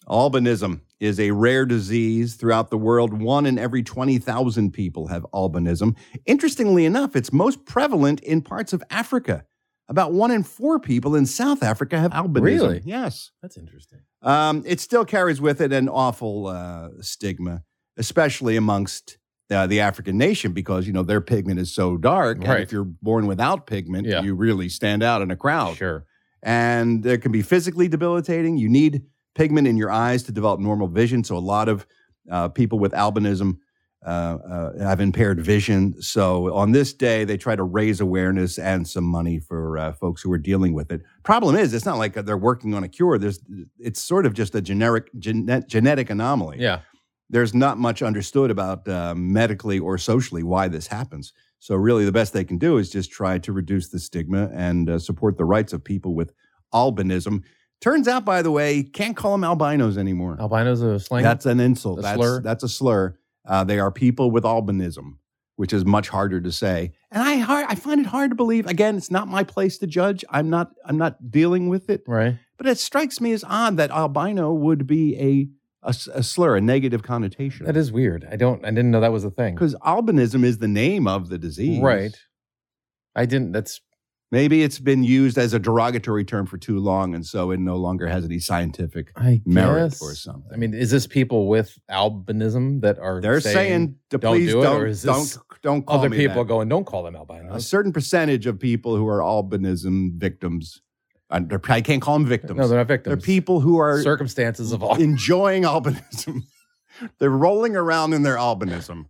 Speaker 2: Albinism is a rare disease throughout the world. One in every 20,000 people have albinism. Interestingly enough, it's most prevalent in parts of Africa. About one in four people in South Africa have albinism.
Speaker 3: Really?
Speaker 2: Yes.
Speaker 3: that's interesting.
Speaker 2: Um, it still carries with it an awful uh, stigma, especially amongst uh, the African nation, because you know their pigment is so dark. And
Speaker 3: Right.
Speaker 2: if you're born without pigment,
Speaker 3: Yeah.
Speaker 2: you really stand out in a crowd.
Speaker 3: Sure.
Speaker 2: And it can be physically debilitating. You need pigment in your eyes to develop normal vision. So a lot of uh, people with albinism uh, uh, have impaired vision. So on this day, they try to raise awareness and some money for uh, folks who are dealing with it. Problem is, it's not like they're working on a cure. There's, it's sort of just a generic genet, genetic anomaly.
Speaker 3: Yeah.
Speaker 2: There's not much understood about uh, medically or socially why this happens. So really, the best they can do is just try to reduce the stigma and uh, support the rights of people with albinism. Turns out, by the way, can't call them albinos anymore.
Speaker 3: Albino's a slang.
Speaker 2: That's an insult.
Speaker 3: A
Speaker 2: that's,
Speaker 3: slur?
Speaker 2: that's a slur. Uh, they are people with albinism, which is much harder to say. And I hard, I find it hard to believe. Again, it's not my place to judge. I'm not I'm not dealing with it.
Speaker 3: right.
Speaker 2: But it strikes me as odd that albino would be a a, s- a slur, a negative connotation.
Speaker 3: That is weird. I don't. I didn't know that was a thing.
Speaker 2: because albinism is the name of the disease,
Speaker 3: Right. I didn't. That's
Speaker 2: Maybe it's been used as a derogatory term for too long, and so it no longer has any scientific
Speaker 3: I
Speaker 2: merit
Speaker 3: guess.
Speaker 2: or something.
Speaker 3: I mean, is this people with albinism that are
Speaker 2: They're saying, to
Speaker 3: don't
Speaker 2: please
Speaker 3: do it,
Speaker 2: don't
Speaker 3: or is
Speaker 2: don't
Speaker 3: this
Speaker 2: don't call
Speaker 3: other
Speaker 2: me
Speaker 3: people
Speaker 2: that.
Speaker 3: are going, don't call them
Speaker 2: a
Speaker 3: albinos.
Speaker 2: certain percentage of people who are albinism victims. I, they're- I can't call them victims.
Speaker 3: No, they're not victims.
Speaker 2: They're people who are
Speaker 3: Circumstances of all.
Speaker 2: enjoying albinism. *laughs* they're rolling around in their albinism.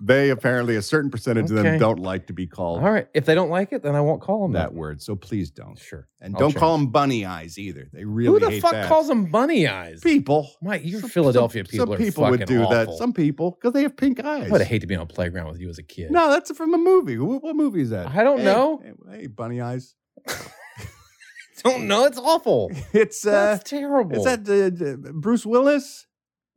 Speaker 2: They apparently, a certain percentage of
Speaker 3: Okay.
Speaker 2: them don't like to be called
Speaker 3: All right. If they don't like it, then I won't call them
Speaker 2: that
Speaker 3: that.
Speaker 2: word. So please don't.
Speaker 3: Sure.
Speaker 2: And
Speaker 3: I'll
Speaker 2: don't call them bunny eyes either. They really
Speaker 3: Who the
Speaker 2: hate
Speaker 3: fuck
Speaker 2: that.
Speaker 3: calls them bunny eyes?
Speaker 2: people?
Speaker 3: My, your
Speaker 2: Some-
Speaker 3: Philadelphia
Speaker 2: some-
Speaker 3: people
Speaker 2: Some
Speaker 3: are
Speaker 2: people
Speaker 3: fucking
Speaker 2: would do that.
Speaker 3: awful.
Speaker 2: Some people because they have pink eyes.
Speaker 3: I would hate to be on a playground with you as a kid.
Speaker 2: No, that's from a movie. What, what movie is that?
Speaker 3: I don't
Speaker 2: Hey,
Speaker 3: know.
Speaker 2: Hey, hey, bunny eyes. *laughs*
Speaker 3: don't know. It's awful.
Speaker 2: It's uh,
Speaker 3: That's terrible.
Speaker 2: is that uh, uh, Bruce Willis?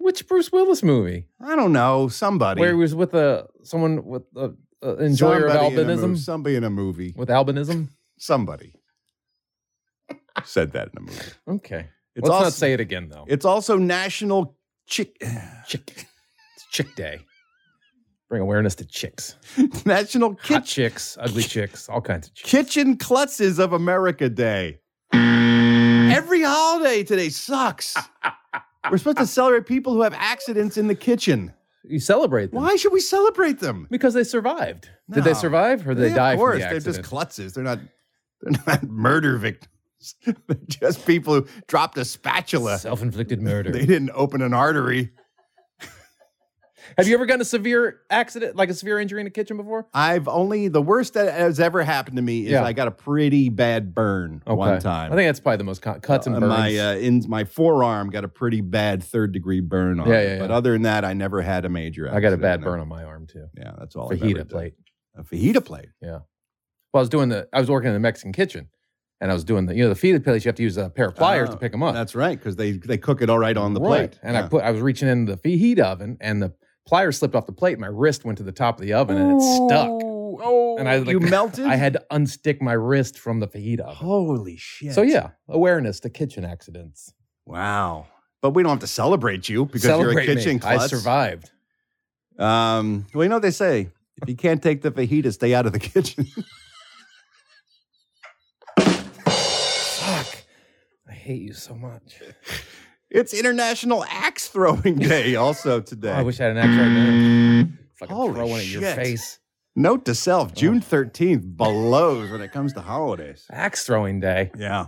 Speaker 3: which Bruce Willis movie?
Speaker 2: I don't know. Somebody.
Speaker 3: Where he was with a someone with a, a enjoyer of
Speaker 2: Somebody in a mov-
Speaker 3: albinism.
Speaker 2: somebody in a
Speaker 3: *laughs*
Speaker 2: movie.
Speaker 3: With albinism.
Speaker 2: *laughs* Somebody said that in a movie. It's
Speaker 3: Okay. Let's
Speaker 2: also,
Speaker 3: not say it again though.
Speaker 2: It's also National Chick. *sighs*
Speaker 3: chick. It's chick day. Bring awareness to chicks.
Speaker 2: National Kitchen
Speaker 3: Hot chicks,
Speaker 2: *laughs*
Speaker 3: ugly chicks, all kinds of chicks.
Speaker 2: Kitchen Klutzes of America Day. Every holiday today sucks. We're supposed to celebrate people who have accidents in the kitchen.
Speaker 3: You celebrate them.
Speaker 2: Why should we celebrate them?
Speaker 3: Because they survived. Did they
Speaker 2: No.
Speaker 3: survive or did they,
Speaker 2: of
Speaker 3: die
Speaker 2: course,
Speaker 3: from the
Speaker 2: they're just
Speaker 3: accident?
Speaker 2: klutzes. They're not. They're not *laughs* murder victims. they're just people who dropped a spatula.
Speaker 3: Self-inflicted murder.
Speaker 2: They didn't open an artery.
Speaker 3: Have you ever gotten a severe accident, like a severe injury in the kitchen before?
Speaker 2: I've only the worst that has ever happened to me is
Speaker 3: Yeah.
Speaker 2: I got a pretty bad burn one time.
Speaker 3: I think that's probably the most con- cuts and
Speaker 2: Uh,
Speaker 3: burns.
Speaker 2: my uh, in my forearm got a pretty bad third degree burn on
Speaker 3: Yeah,
Speaker 2: it.
Speaker 3: yeah,
Speaker 2: But
Speaker 3: yeah.
Speaker 2: other than that, I never had a major.
Speaker 3: I got a
Speaker 2: accident,
Speaker 3: bad
Speaker 2: no.
Speaker 3: burn on my arm too.
Speaker 2: Yeah, that's all. I've ever
Speaker 3: Fajita
Speaker 2: done.
Speaker 3: plate.
Speaker 2: A fajita plate.
Speaker 3: Yeah. Well, I was doing the. I was working in the Mexican kitchen, and I was doing the. You know, the fajita plates. You have to use a pair of pliers
Speaker 2: Oh,
Speaker 3: to pick them up.
Speaker 2: That's right, because they they cook it all right on the
Speaker 3: Right.
Speaker 2: plate.
Speaker 3: And I
Speaker 2: Yeah.
Speaker 3: put. I was reaching into the fajita oven, and the pliers slipped off the plate. And my wrist went to the top of the oven, and it stuck.
Speaker 2: Oh,
Speaker 3: And I like, *laughs*
Speaker 2: you melted.
Speaker 3: I had to unstick my wrist from the fajita oven.
Speaker 2: Holy shit.
Speaker 3: So yeah, awareness to kitchen accidents.
Speaker 2: Wow. But we don't have to celebrate you because
Speaker 3: Celebrate
Speaker 2: you're
Speaker 3: me.
Speaker 2: a kitchen
Speaker 3: I
Speaker 2: klutz.
Speaker 3: survived.
Speaker 2: Um, well, you know what they say: if you can't take the fajita, stay out of the *laughs* kitchen.
Speaker 3: Fuck. I hate you so much.
Speaker 2: it's International Axe
Speaker 3: *laughs*
Speaker 2: Throwing Day, also today.
Speaker 3: I wish I had an axe right now. Fucking
Speaker 2: Holy
Speaker 3: throw one at your
Speaker 2: shit.
Speaker 3: face.
Speaker 2: Note to self: June thirteenth blows when it comes to holidays.
Speaker 3: Axe throwing day.
Speaker 2: Yeah,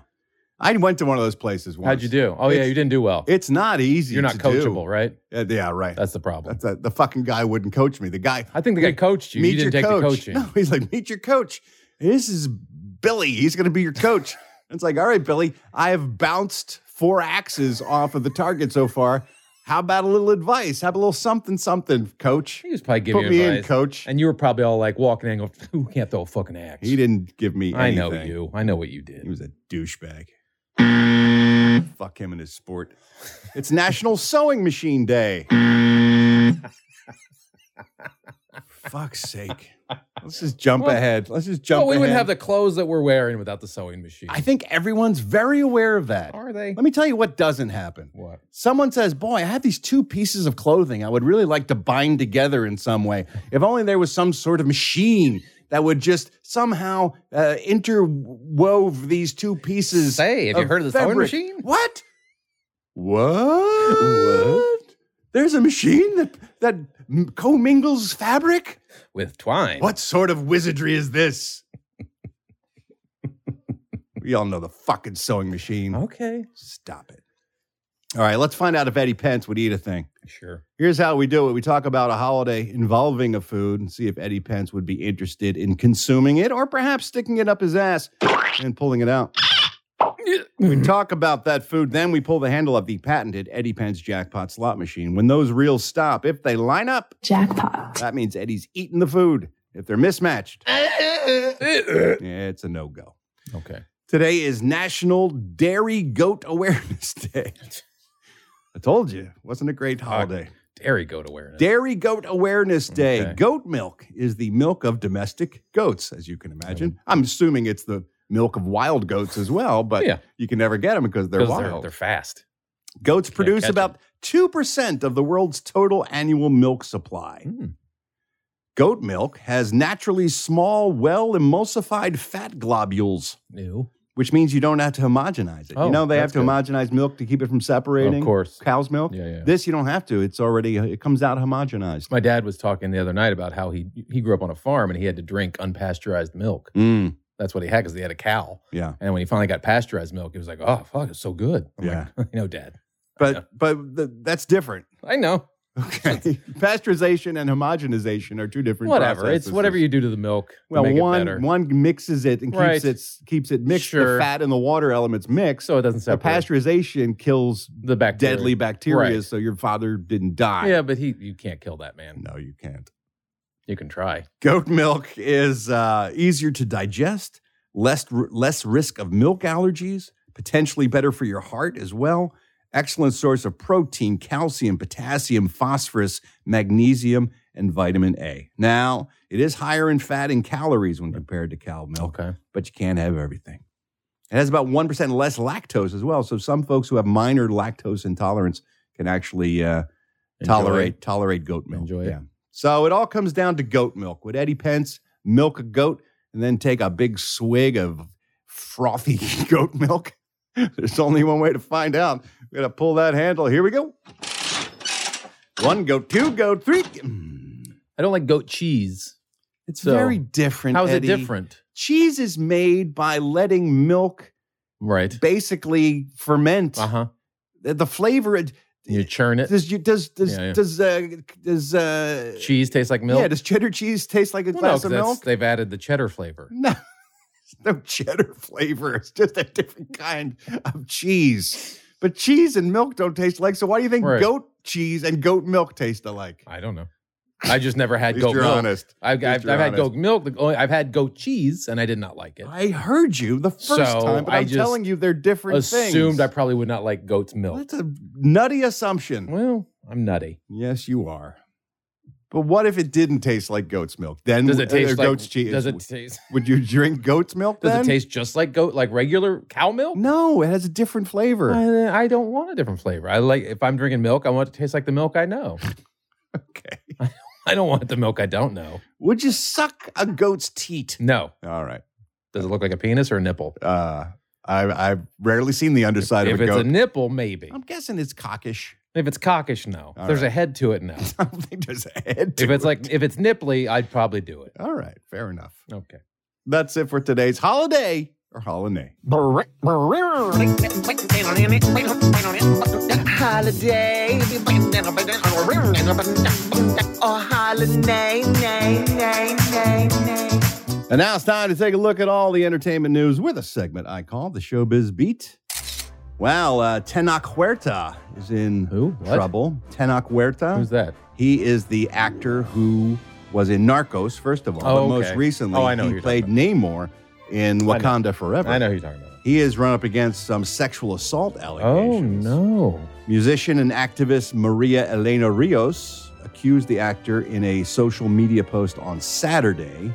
Speaker 2: I went to one of those places once.
Speaker 3: How'd you do? Oh yeah,
Speaker 2: It's-
Speaker 3: you didn't do well.
Speaker 2: It's not easy.
Speaker 3: You're not
Speaker 2: to
Speaker 3: coachable, right?
Speaker 2: Do. Uh, yeah, right.
Speaker 3: That's the problem.
Speaker 2: That's a, the fucking guy wouldn't coach me. The guy
Speaker 3: I think the guy
Speaker 2: Meet-
Speaker 3: coached you. You didn't take
Speaker 2: coach.
Speaker 3: the coaching.
Speaker 2: No, he's like, meet your coach. This is Billy. He's going to be your
Speaker 3: *laughs*
Speaker 2: coach. and it's like, all right, Billy, I have bounced four axes off of the target so far. How about a little advice? Have a little something, something, coach.
Speaker 3: He was probably giving
Speaker 2: Put
Speaker 3: you
Speaker 2: me in,
Speaker 3: advice.
Speaker 2: coach.
Speaker 3: And you were probably all like walking in, going, "Who can't throw a fucking axe?"
Speaker 2: He didn't give me
Speaker 3: I
Speaker 2: anything.
Speaker 3: know you. I know what you did.
Speaker 2: He was a douchebag. Fuck him and his sport. It's
Speaker 3: *laughs*
Speaker 2: National Sewing Machine Day. Fuck's sake. Let's just jump
Speaker 3: Well-
Speaker 2: ahead. Let's just jump
Speaker 3: well, we wouldn't
Speaker 2: ahead.
Speaker 3: have the clothes that we're wearing without the sewing machine.
Speaker 2: I think everyone's very aware of that.
Speaker 3: Are they?
Speaker 2: Let me tell you what doesn't happen.
Speaker 3: What?
Speaker 2: Someone says, Boy, I have these two pieces of clothing I would really like to bind together in some way. If only there was some sort of machine that would just somehow uh, interwove these two pieces.
Speaker 3: Say, have you heard of the sewing
Speaker 2: fabric."
Speaker 3: machine?
Speaker 2: What? What? There's a machine that, that m- commingles fabric?
Speaker 3: With twine.
Speaker 2: What sort of wizardry is this? we all know the fucking sewing machine.
Speaker 3: Okay.
Speaker 2: Stop it. All right, let's find out if Eddie Pence would eat a thing.
Speaker 3: Sure.
Speaker 2: Here's how we do it we talk about a holiday involving a food and see if Eddie Pence would be interested in consuming it or perhaps sticking it up his ass and pulling it out. We talk about that food, then we pull the handle of the patented Eddie Pence jackpot slot machine. When those reels stop, if they line up,
Speaker 11: Jackpot.
Speaker 2: that means Eddie's eating the food. If they're mismatched, yeah, it's a no go.
Speaker 3: Okay.
Speaker 2: Today is National Dairy Goat Awareness *laughs* Day. I told you, wasn't a great holiday.
Speaker 3: Dairy goat awareness.
Speaker 2: Dairy Goat Awareness Day.
Speaker 3: Okay.
Speaker 2: Goat milk is the milk of domestic goats, as you can
Speaker 3: Mm.
Speaker 2: imagine. I'm assuming it's the milk of wild goats as well, but
Speaker 3: Yeah.
Speaker 2: you can never get them because they're
Speaker 3: 'Cause
Speaker 2: wild.
Speaker 3: They're fast.
Speaker 2: goats produce
Speaker 3: catch 'em.
Speaker 2: about 2% of the world's total annual milk supply.
Speaker 3: Mm.
Speaker 2: Goat milk has naturally small, well emulsified fat globules,
Speaker 3: New.
Speaker 2: which means you don't have to homogenize it.
Speaker 3: Oh,
Speaker 2: you know, they have
Speaker 3: that's
Speaker 2: to
Speaker 3: good.
Speaker 2: homogenize milk to keep it from separating.
Speaker 3: Of course.
Speaker 2: Cow's milk.
Speaker 3: Yeah, yeah.
Speaker 2: This you don't have to. It's already, uh, it comes out homogenized.
Speaker 3: My dad was talking the other night about how he he grew up on a farm and he had to drink unpasteurized milk.
Speaker 2: Mm,
Speaker 3: That's what he had because he had a cow.
Speaker 2: yeah.
Speaker 3: And when he finally got pasteurized milk, he was like, "Oh fuck, it's so good." I'm *laughs*
Speaker 2: Yeah.
Speaker 3: like, I know, Dad.
Speaker 2: but but th- that's different.
Speaker 3: I know.
Speaker 2: Okay, *laughs* pasteurization and homogenization are two different.
Speaker 3: Whatever.
Speaker 2: processes.
Speaker 3: It's whatever you do to the milk. to
Speaker 2: Well,
Speaker 3: make it
Speaker 2: one
Speaker 3: better.
Speaker 2: one mixes it and keeps
Speaker 3: Right.
Speaker 2: it keeps it mixed.
Speaker 3: Sure.
Speaker 2: The fat and the water elements mix.
Speaker 3: so it doesn't
Speaker 2: the
Speaker 3: separate.
Speaker 2: pasteurization kills
Speaker 3: the bacteria.
Speaker 2: deadly bacteria,
Speaker 3: Right.
Speaker 2: so your father didn't die.
Speaker 3: Yeah, but he you can't kill that man.
Speaker 2: No, you can't.
Speaker 3: You can try.
Speaker 2: Goat milk is uh, easier to digest, less less risk of milk allergies, potentially better for your heart as well. Excellent source of protein, calcium, potassium, phosphorus, magnesium, and vitamin A. Now, it is higher in fat and calories when compared to cow milk,
Speaker 3: Okay.
Speaker 2: but you can't have everything. It has about 1% less lactose as well. So some folks who have minor lactose intolerance can actually uh,
Speaker 3: Enjoy.
Speaker 2: tolerate tolerate goat milk.
Speaker 3: Enjoy it.
Speaker 2: Yeah. So it all comes down to goat milk. Would Eddie Pence milk a goat and then take a big swig of frothy *laughs* goat milk? There's only one way to find out. We're going to pull that handle. Here we go. One goat, two goat, three. mm.
Speaker 3: I don't like goat cheese.
Speaker 2: It's very different.
Speaker 3: How is
Speaker 2: Eddie.
Speaker 3: it different?
Speaker 2: Cheese is made by letting milk
Speaker 3: Right.
Speaker 2: basically ferment.
Speaker 3: Uh huh.
Speaker 2: The the flavor it
Speaker 3: You churn it.
Speaker 2: does you does does
Speaker 3: Yeah, yeah.
Speaker 2: does uh does uh
Speaker 3: cheese tastes like milk.
Speaker 2: Yeah, does cheddar cheese taste like a
Speaker 3: Well, no,
Speaker 2: glass
Speaker 3: 'cause
Speaker 2: of
Speaker 3: that's-
Speaker 2: milk?
Speaker 3: They've added the cheddar flavor.
Speaker 2: No. There's no cheddar flavor. It's just a different kind of cheese. But cheese and milk don't taste alike. So why do you think
Speaker 3: Right.
Speaker 2: goat cheese and goat milk taste alike?
Speaker 3: I don't know. I just never had
Speaker 2: At least
Speaker 3: goat
Speaker 2: you're
Speaker 3: milk.
Speaker 2: honest. At
Speaker 3: I've,
Speaker 2: least
Speaker 3: I've,
Speaker 2: you're
Speaker 3: I've had
Speaker 2: honest.
Speaker 3: goat milk. The only- I've had goat cheese, and I did not like it.
Speaker 2: I heard you the first
Speaker 3: So,
Speaker 2: time, but
Speaker 3: I
Speaker 2: I'm
Speaker 3: just
Speaker 2: telling you they're different
Speaker 3: Assumed
Speaker 2: things.
Speaker 3: I probably would not like goat's milk.
Speaker 2: That's a nutty assumption.
Speaker 3: Well, I'm nutty.
Speaker 2: Yes, you are. But what if it didn't taste like goat's milk? Then
Speaker 3: Does it
Speaker 2: or
Speaker 3: taste like
Speaker 2: goat's cheese?
Speaker 3: Does it taste?
Speaker 2: Would you drink goat's milk?
Speaker 3: Does
Speaker 2: then?
Speaker 3: it taste just like goat, like regular cow milk?
Speaker 2: No, it has a different flavor.
Speaker 3: I, I don't want a different flavor. I like if I'm drinking milk, I want it to taste like the milk I know.
Speaker 2: *laughs*
Speaker 3: *laughs*
Speaker 2: okay.
Speaker 3: I don't want the milk I don't know.
Speaker 2: Would you suck a goat's teat?
Speaker 3: No.
Speaker 2: All right.
Speaker 3: Does it look like a penis or a nipple?
Speaker 2: Uh, I, I've rarely seen the underside
Speaker 3: if
Speaker 2: of a
Speaker 3: it's
Speaker 2: goat.
Speaker 3: a nipple, maybe.
Speaker 2: I'm guessing it's cockish.
Speaker 3: If it's cockish, no.
Speaker 2: All
Speaker 3: if there's a
Speaker 2: right.
Speaker 3: head to it, no.
Speaker 2: *laughs* I don't think there's a head. To
Speaker 3: if it's
Speaker 2: it.
Speaker 3: like if it's nipply, I'd probably do it.
Speaker 2: all right, fair enough.
Speaker 3: Okay.
Speaker 2: That's it for today's holiday or holiday.
Speaker 19: Holiday. Oh, holiday, nay, nay, nay, nay.
Speaker 2: And now it's time to take a look at all the entertainment news with a segment I call the Showbiz Beat. Well, uh, Tenoch Huerta is in
Speaker 3: What?
Speaker 2: trouble. Tenoch Huerta.
Speaker 3: Who's that?
Speaker 2: He is the actor who was in Narcos, first of all,
Speaker 3: Oh,
Speaker 2: but
Speaker 3: okay.
Speaker 2: most recently
Speaker 3: Oh, I know who
Speaker 2: he
Speaker 3: you're
Speaker 2: played
Speaker 3: talking
Speaker 2: Namor in
Speaker 3: I know.
Speaker 2: Wakanda Forever.
Speaker 3: I know who you're talking about.
Speaker 2: He has run up against some sexual assault
Speaker 3: Oh
Speaker 2: allegations.
Speaker 3: no.
Speaker 2: Musician and activist Maria Elena Rios accused the actor in a social media post on Saturday.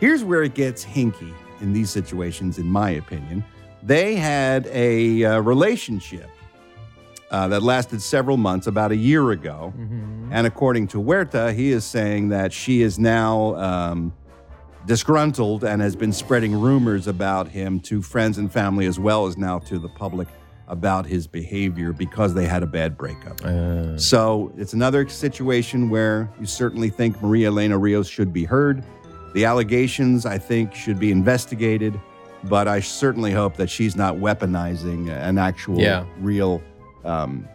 Speaker 2: Here's where it gets hinky in these situations, in my opinion. They had a uh, relationship uh, that lasted several months about a year ago.
Speaker 3: Mm-hmm.
Speaker 2: And according to Huerta, he is saying that she is now um, disgruntled and has been spreading rumors about him to friends and family as well as now to the public about his behavior because they had a bad breakup.
Speaker 3: Uh.
Speaker 2: So it's another situation where you certainly think Maria Elena Rios should be heard. The allegations, I think, should be investigated, but I certainly hope that she's not weaponizing an actual,
Speaker 3: Yeah.
Speaker 2: real um,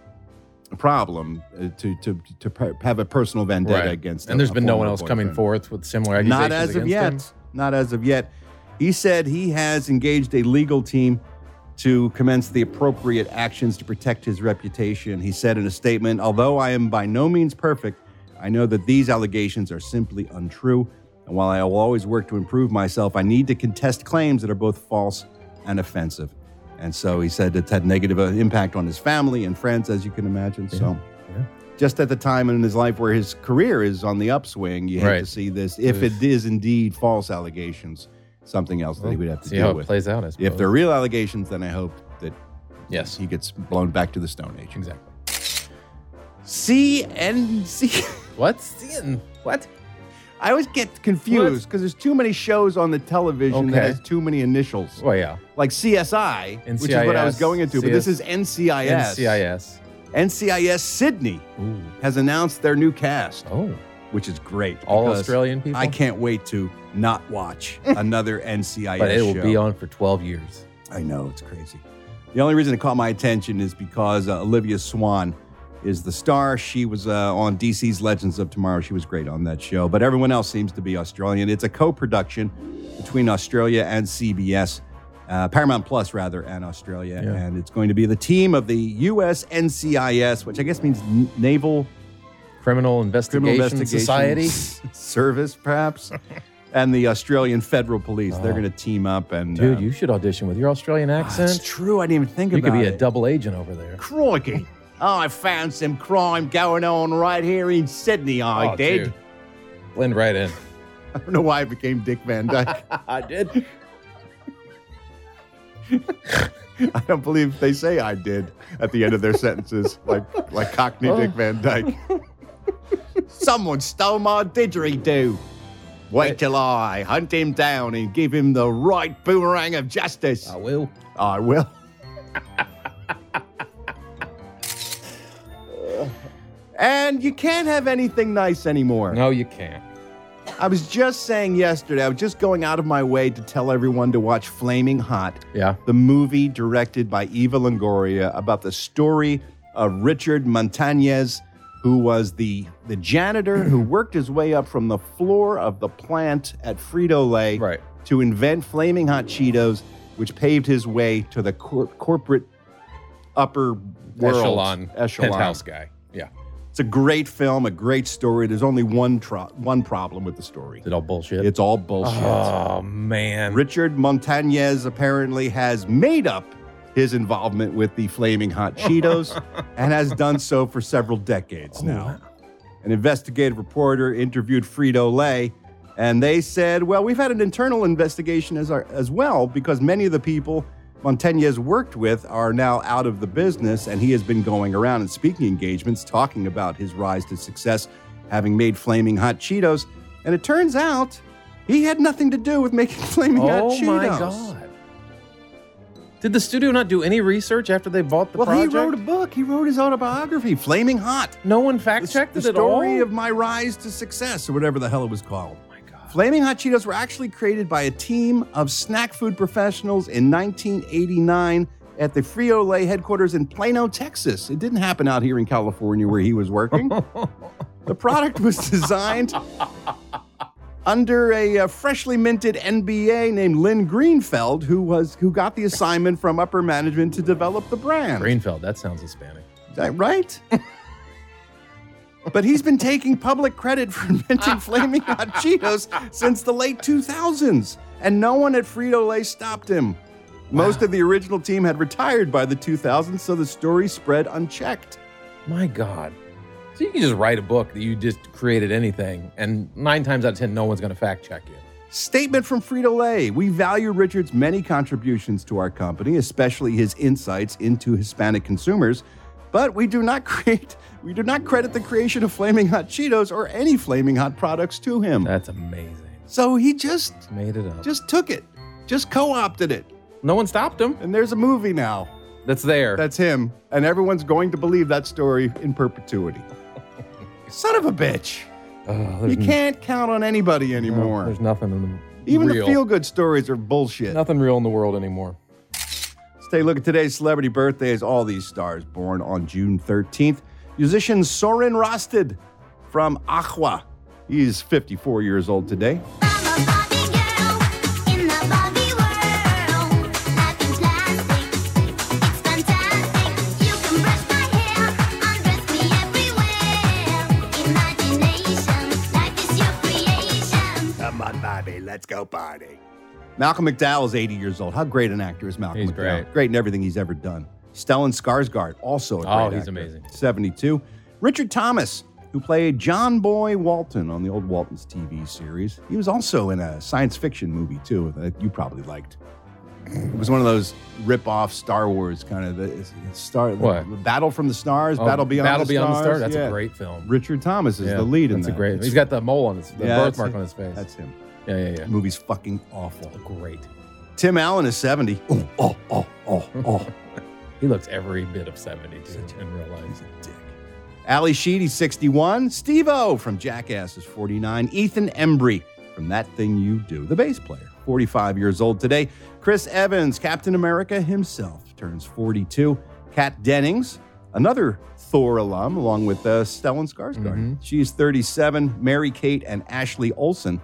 Speaker 2: problem uh, to to to per- have a personal vendetta against.
Speaker 3: and
Speaker 2: there's
Speaker 3: there's been no one else coming forth with similar accusations
Speaker 2: Not as of
Speaker 3: against
Speaker 2: yet.
Speaker 3: him?
Speaker 2: Not as of yet. He said he has engaged a legal team to commence the appropriate actions to protect his reputation. He said in a statement, "Although I am by no means perfect, I know that these allegations are simply untrue, and while I will always work to improve myself, I need to contest claims that are both false and offensive." And so he said it's had negative uh, impact on his family and friends, as you can imagine. So, just at the time in his life where his career is on the upswing, you hate to
Speaker 3: Right.
Speaker 2: see this. If it is indeed false allegations, something else that he would have to
Speaker 3: See
Speaker 2: deal
Speaker 3: how it
Speaker 2: with.
Speaker 3: plays out, I
Speaker 2: if
Speaker 3: suppose.
Speaker 2: they're real allegations, then I hope that
Speaker 3: Yes.
Speaker 2: he gets blown back to the Stone Age.
Speaker 3: Exactly.
Speaker 2: CNC.
Speaker 3: What? Seeing what?
Speaker 2: I always get confused because there's too many shows on the television that
Speaker 3: Okay.
Speaker 2: has too many initials,
Speaker 3: Well, yeah.
Speaker 2: like CSI, which is what I was
Speaker 3: NCIS,
Speaker 2: going into. But this is
Speaker 3: CS.
Speaker 2: NCIS.
Speaker 3: NCIS.
Speaker 2: NCIS Sydney
Speaker 3: Ooh.
Speaker 2: has announced their new cast,
Speaker 3: Oh.
Speaker 2: which is great.
Speaker 3: All
Speaker 2: because
Speaker 3: Australian people.
Speaker 2: I can't wait to not watch *laughs* another NCIS
Speaker 3: But it will
Speaker 2: show.
Speaker 3: be on for 12 years.
Speaker 2: I know it's crazy. The only reason it caught my attention is because uh, Olivia Swan is the star. She was uh, on DC's Legends of Tomorrow. She was great on that show, but everyone else seems to be Australian. It's a co-production between Australia and CBS, uh, Paramount Plus rather, and Australia,
Speaker 3: Yeah.
Speaker 2: and it's going to be the team of the U.S. NCIS, which I guess means N- Naval
Speaker 3: Criminal Investigation,
Speaker 2: Criminal Investigation
Speaker 3: Society.
Speaker 2: *laughs* Service,
Speaker 3: *laughs*
Speaker 2: perhaps, and the Australian Federal Police. They're
Speaker 3: Oh.
Speaker 2: going to team up and
Speaker 3: Dude,
Speaker 2: um,
Speaker 3: you should audition with your Australian
Speaker 2: That's
Speaker 3: accent.
Speaker 2: Ah, true. I didn't even think
Speaker 3: You
Speaker 2: about
Speaker 3: could be
Speaker 2: it.
Speaker 3: a double agent over there.
Speaker 2: Crikey. Oh, I found some crime going on right here in Sydney. I
Speaker 3: Oh,
Speaker 2: did.
Speaker 3: dude. Blend right in.
Speaker 2: *laughs* I don't know why I became Dick Van Dyke.
Speaker 3: *laughs* I did.
Speaker 2: *laughs* I don't believe they say I
Speaker 3: *laughs* Oh.
Speaker 2: did at the end of their sentences, like like Cockney Dick Van Dyke. Someone stole my didgeridoo. Wait till I hunt him down and give him the right boomerang of justice. I
Speaker 3: will.
Speaker 2: I
Speaker 3: *laughs*
Speaker 2: will. and you can't have anything nice anymore.
Speaker 3: No, you can't.
Speaker 2: I was just saying yesterday, I was just going out of my way to tell everyone to watch Flaming Hot.
Speaker 3: Yeah.
Speaker 2: The movie directed by Eva Longoria about the story of Richard Montañez, who was the, the janitor
Speaker 3: *clears throat*
Speaker 2: who worked his way up from the floor of the plant at Frito Lay to invent Flaming Hot Cheetos, which paved his way to the cor- corporate upper world
Speaker 3: Echelon,
Speaker 2: echelon.
Speaker 3: penthouse guy. Yeah.
Speaker 2: It's a great film, a great story. There's only one tro- one problem with the story.
Speaker 3: It's all bullshit.
Speaker 2: It's all bullshit. *laughs*
Speaker 3: Oh man.
Speaker 2: Richard Montañez apparently has made up his involvement with the flaming hot
Speaker 3: *laughs*
Speaker 2: Cheetos and has done so for several decades
Speaker 3: Oh,
Speaker 2: now. An investigative reporter interviewed Frito Lay, and they said, "Well, we've had an internal investigation as, our, as well because many of the people Montañez worked with are now out of the business, and he has been going around in speaking engagements talking about his rise to success, having made Flaming Hot Cheetos. And it turns out he had nothing to do with making *laughs* Flaming Hot
Speaker 3: Oh
Speaker 2: Cheetos.
Speaker 3: my god. Did the studio not do any research after they bought the
Speaker 2: Well,
Speaker 3: project?
Speaker 2: he wrote a book. He wrote his autobiography, Flaming Hot.
Speaker 3: No one fact checked
Speaker 2: the
Speaker 3: it at all. Oh
Speaker 2: story of my rise to success, or whatever the hell it was called. Flaming Hot Cheetos were actually created by a team of snack food professionals in 1989 at the Frio Lay headquarters in Plano, Texas. It didn't happen out here in California where he was
Speaker 3: *laughs*
Speaker 2: working. the product was designed under a uh, freshly minted NBA named Lynn Greenfeld, who was who got the assignment from upper management to develop the brand.
Speaker 3: Greenfeld. That sounds Hispanic.
Speaker 2: Is that right? but he's been taking public credit for inventing flaming hot Cheetos since the late 2000s, and no one at Frito Lay stopped him. Most of the original team had retired by the 2000s, so the story spread unchecked.
Speaker 3: My God. So you can just write a book that you just created anything, and nine times out of ten, no one's going to fact check you.
Speaker 2: Statement from Frito Lay We value Richard's many contributions to our company, especially his insights into Hispanic consumers, but we do not *laughs* create. We do not credit the creation of Flaming Hot Cheetos or any Flaming Hot products to him.
Speaker 3: That's amazing.
Speaker 2: So he just
Speaker 3: Made it up.
Speaker 2: just took it, just co-opted it.
Speaker 3: No one stopped him.
Speaker 2: And there's a movie now.
Speaker 3: That's there.
Speaker 2: That's him, and everyone's going to believe that story in
Speaker 3: *laughs*
Speaker 2: perpetuity. Son of a bitch!
Speaker 3: Oh,
Speaker 2: You
Speaker 3: there's n-
Speaker 2: can't count on anybody anymore.
Speaker 3: There's nothing in the
Speaker 2: Even
Speaker 3: real-
Speaker 2: the feel-good stories are bullshit.
Speaker 3: nothing real in the world anymore.
Speaker 2: Let's take a look at today's celebrity birthdays. All these stars born on June 13th. Musician Soren Rosted from Aqua. He's 54 years old today. Come on, Bobby, let's go party. Malcolm McDowell is 80 years old. How great an actor is Malcolm
Speaker 3: He's
Speaker 2: McDowell?
Speaker 3: great.
Speaker 2: in everything he's ever done. Stellan Skarsgård, also a great
Speaker 3: Oh, he's
Speaker 2: actor.
Speaker 3: amazing.
Speaker 2: 72. Richard Thomas, who played John Boy Walton on the old Waltons TV series. He was also in a science fiction movie, too, that you probably liked. It was one of those rip-off Star Wars kind of the Star
Speaker 3: What?
Speaker 2: Battle from the Stars,
Speaker 3: Oh,
Speaker 2: Battle Beyond
Speaker 3: Battle
Speaker 2: the
Speaker 3: Beyond
Speaker 2: Stars.
Speaker 3: the Star. That's
Speaker 2: Yeah.
Speaker 3: a great film.
Speaker 2: Richard Thomas is
Speaker 3: Yeah,
Speaker 2: the lead in
Speaker 3: that's
Speaker 2: that.
Speaker 3: a great.
Speaker 2: It's
Speaker 3: he's got the mole on his the
Speaker 2: Yeah, that's
Speaker 3: birthmark
Speaker 2: it.
Speaker 3: on his face.
Speaker 2: That's him.
Speaker 3: yeah, yeah, yeah.
Speaker 2: movie's fucking awful.
Speaker 3: Great.
Speaker 2: Tim Allen is 70. Oh, oh, oh, oh, oh.
Speaker 3: *laughs* He looks every bit of seventy dude, in real life.
Speaker 2: Ali Sheedy, 61. Steve O from Jackass is 49. Ethan Embry from That Thing You Do, the bass player, 45 years old today. Chris Evans, Captain America himself, turns 42. Kat Dennings, another Thor alum, along with uh, Stellan Skarsgård.
Speaker 3: Mm-hmm.
Speaker 2: She's 37. Mary Kate and Ashley Olsen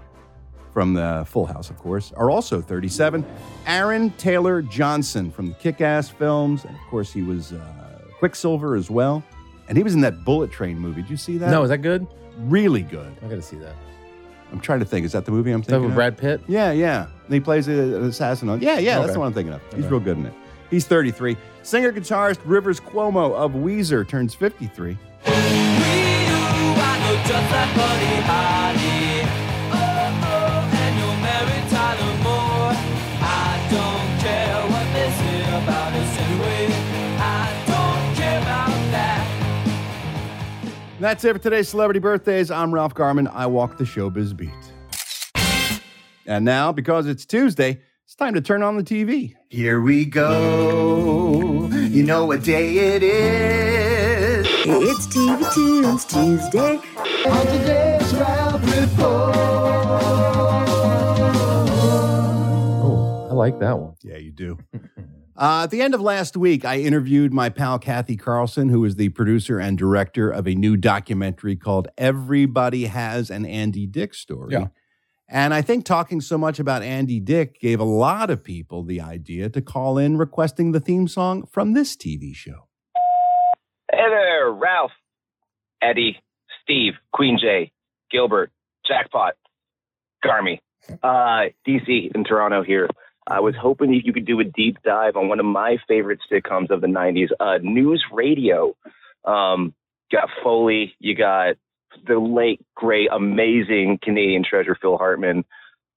Speaker 2: from the Full House, of course, are also 37. Aaron Taylor Johnson from the Kick Ass films. And of course, he was uh, Quicksilver as well. And he was in that Bullet Train movie. Did you see that?
Speaker 3: No, is that good?
Speaker 2: really good.
Speaker 3: I got to see that.
Speaker 2: I'm trying to think. Is that the movie I'm
Speaker 3: Is that
Speaker 2: thinking
Speaker 3: with
Speaker 2: of?
Speaker 3: Brad Pitt?
Speaker 2: Yeah, yeah. And he plays a- an assassin on. Yeah, yeah. That's
Speaker 3: Okay.
Speaker 2: the one I'm thinking of. He's
Speaker 3: Okay.
Speaker 2: real good in it. He's 33. Singer guitarist Rivers Cuomo of Weezer turns 53.
Speaker 13: Oh,
Speaker 2: That's it for today's celebrity birthdays. I'm Ralph Garman. I walk the showbiz beat. And now, because it's Tuesday, it's time to turn on the TV.
Speaker 17: Here we go. You know what day it is. It's TV Tunes Tuesday. On today's Ralph
Speaker 3: I like that one.
Speaker 2: Yeah, you
Speaker 3: *laughs*
Speaker 2: do. Uh, at the end of last week, I interviewed my pal Kathy Carlson, who is the producer and director of a new documentary called Everybody Has an Andy Dick Story.
Speaker 3: Yeah.
Speaker 2: And I think talking so much about Andy Dick gave a lot of people the idea to call in requesting the theme song from this TV show.
Speaker 8: Hey there, Ralph, Eddie, Steve, Queen J, Gilbert, Jackpot, Garmy, uh, DC, and Toronto here. I was hoping if you could do a deep dive on one of my favorite sitcoms of the 90s, uh, News Radio. Um, you got Foley, you got the late, great, amazing Canadian treasure, Phil Hartman.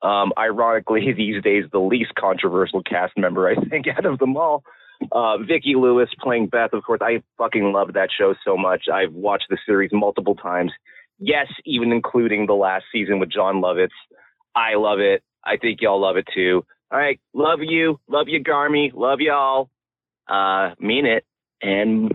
Speaker 8: Um, ironically, *laughs* these days, the least controversial cast member, I think, *laughs* out of them all. Uh, Vicki Lewis playing Beth, of course. I fucking love that show so much. I've watched the series multiple times. Yes, even including the last season with John Lovitz. I love it. I think y'all love it too. All right. Love you. Love you, Garmy. Love y'all. Uh, mean it. And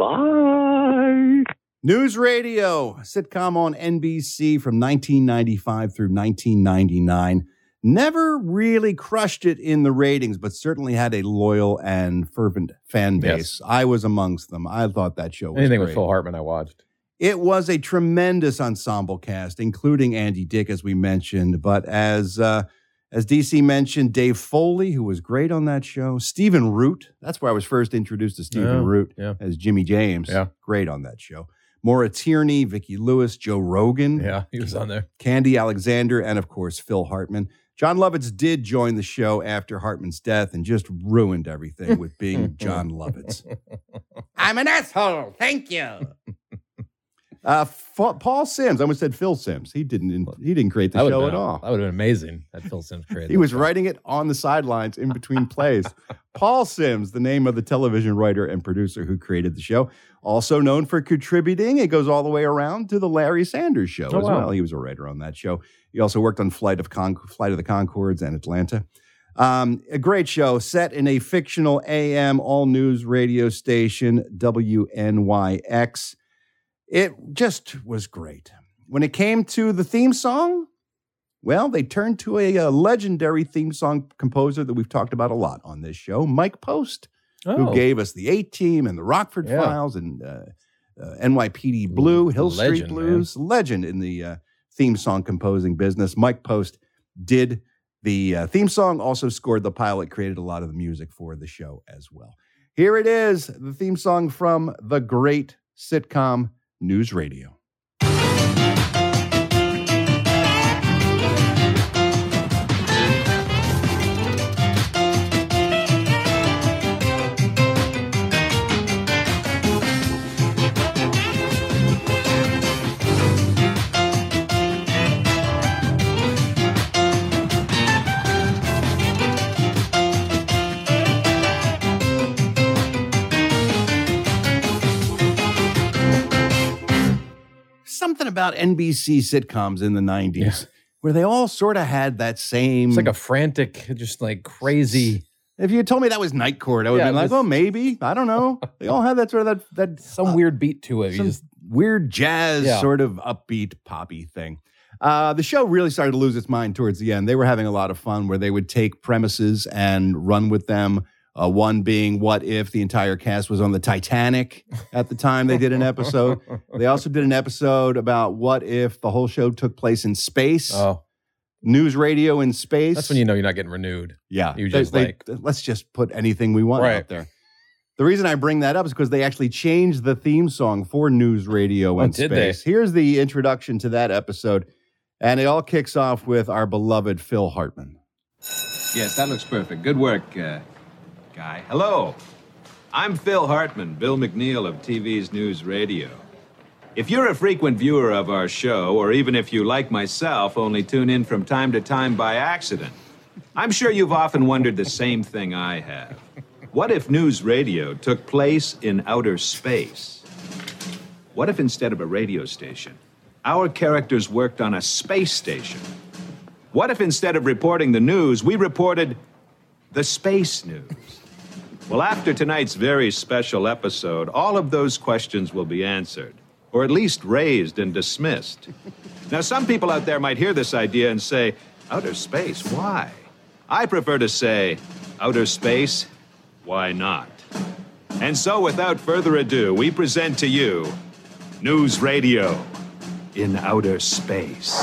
Speaker 8: bye.
Speaker 2: News Radio, sitcom on NBC from 1995 through 1999. Never really crushed it in the ratings, but certainly had a loyal and fervent fan base. I was amongst them. I thought that show was
Speaker 3: Anything
Speaker 2: great.
Speaker 3: with Phil Hartman, I watched.
Speaker 2: It was a tremendous ensemble cast, including Andy Dick, as we mentioned. But as uh, as DC mentioned, Dave Foley, who was great on that show, Stephen Root. That's where I was first introduced to Stephen
Speaker 3: Yeah,
Speaker 2: Root
Speaker 3: yeah.
Speaker 2: as Jimmy James.
Speaker 3: Yeah.
Speaker 2: great on that show. Maura Tierney, Vicki Lewis, Joe Rogan.
Speaker 3: Yeah, he was on there.
Speaker 2: Candy Alexander, and of course, Phil Hartman. John Lovitz did join the show after Hartman's death and just ruined everything with
Speaker 3: *laughs*
Speaker 2: being John Lovitz. I'm an asshole. Thank you. Uh, Fa- Paul Sims, I almost said Phil Sims. He didn't. He didn't create the
Speaker 3: That would've
Speaker 2: show
Speaker 3: been
Speaker 2: at
Speaker 3: a-
Speaker 2: all.
Speaker 3: That would have been amazing. That Phil Sims created.
Speaker 2: He was writing it on the sidelines in between
Speaker 3: *laughs*
Speaker 2: plays. Paul Sims, the name of the television writer and producer who created the show, also known for contributing, it goes all the way around to the Larry Sanders Show
Speaker 3: Oh,
Speaker 2: as
Speaker 3: wow.
Speaker 2: well. He was a writer on that show. He also worked on Flight of Con- Flight of the Concords and Atlanta. Um, a great show set in a fictional AM all news radio station, WNYX. It just was great. When it came to the theme song, well, they turned to a, uh legendary theme song composer that we've talked about a lot on this show, Mike Post,
Speaker 3: Oh.
Speaker 2: who gave us the A Team and the Rockford
Speaker 3: Yeah.
Speaker 2: Files and uh, uh, NYPD Blue, Hill Street
Speaker 3: legend, eh? man.
Speaker 2: Blues, legend in the uh, theme song composing business. Mike Post did the uh, theme song, also scored the pilot, created a lot of the music for the show as well. Here it is, the theme song from the great sitcom News Radio. Something about NBC sitcoms in the 90s. Where they all sort of had that same.
Speaker 3: It's like a frantic, just like crazy.
Speaker 2: If you told me that was Night Court, I would
Speaker 3: Yeah,
Speaker 2: have been
Speaker 3: it
Speaker 2: like, oh, well,
Speaker 3: was-
Speaker 2: maybe. I don't know. They all had that sort of that that
Speaker 3: some weird beat to it. You
Speaker 2: some
Speaker 3: just-
Speaker 2: weird jazz
Speaker 3: Yeah.
Speaker 2: sort of upbeat poppy thing. Uh, the show really started to lose its mind towards the end. They were having a lot of fun where they would take premises and run with them. Uh, one being, what if the entire cast was on the Titanic at the time they did an episode?
Speaker 3: *laughs*
Speaker 2: they also did an episode about what if the whole show took place in space,
Speaker 3: oh,
Speaker 2: news radio in space.
Speaker 3: that's when you know you're not getting renewed.
Speaker 2: Yeah.
Speaker 3: You
Speaker 2: they-
Speaker 3: just
Speaker 2: they-
Speaker 3: like-
Speaker 2: let's just put anything we want
Speaker 3: Right.
Speaker 2: out there. The reason I bring that up is because they actually changed the theme song for News Radio
Speaker 3: Oh,
Speaker 2: and
Speaker 3: did they?
Speaker 2: Space. Here's the introduction to that episode, and it all kicks off with our beloved Phil Hartman.
Speaker 20: Yes, that looks perfect. Good work, uh, guy. Hello. I'm Phil Hartman, Bill McNeil of TV's News Radio. If you're a frequent viewer of our show, or even if you, like myself, only tune in from time to time by accident, I'm sure you've often wondered the same thing I have. What if news radio took place in outer space? What if instead of a radio station, our characters worked on a space station? What if instead of reporting the news, we reported the space news? Well, after tonight's very special episode, all of those questions will be answered, or at least raised and dismissed. Now, some people out there might hear this idea and say, outer space, why? I prefer to say, outer space, why not? And so, without further ado, we present to you News Radio in Outer Space.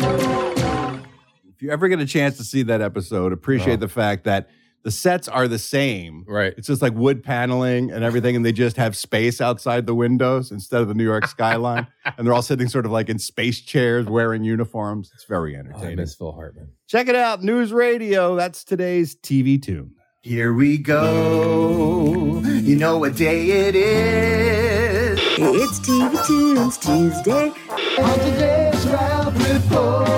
Speaker 2: If you ever get a chance to see that episode, appreciate
Speaker 3: Oh.
Speaker 2: the fact that the sets are the same. Right. It's just like wood paneling and everything, and they just have space outside the windows instead of the New York skyline.
Speaker 3: *laughs*
Speaker 2: and they're all sitting sort of like in space chairs wearing uniforms. It's very entertaining.
Speaker 3: Oh, miss Phil Hartman.
Speaker 2: Check it out, News Radio. That's today's TV tune.
Speaker 17: Here we go. You know what day it is. It's TV Tunes Tuesday. On today's Ralph Report.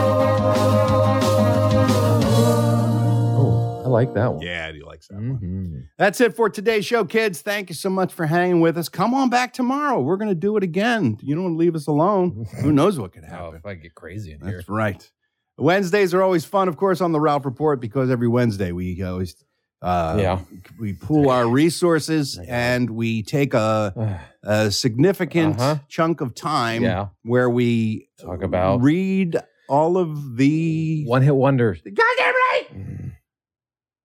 Speaker 3: I like that one.
Speaker 2: Yeah, he likes that one. That's it for today's show, kids. Thank you so much for hanging with us. Come on back tomorrow. We're going to do it again. You don't wanna leave us alone.
Speaker 3: *laughs*
Speaker 2: Who knows what could happen?
Speaker 3: Oh, if I get crazy in here.
Speaker 2: That's right. Wednesdays are always fun, of course, on the Ralph Report because every Wednesday we always uh,
Speaker 3: Yeah.
Speaker 2: we pool our resources and we take
Speaker 3: *sighs*
Speaker 2: a, a significant
Speaker 3: Uh-huh.
Speaker 2: chunk of time
Speaker 3: Yeah.
Speaker 2: where we
Speaker 3: Talk about
Speaker 2: read all of the
Speaker 3: one hit wonders.
Speaker 2: Goddamn right!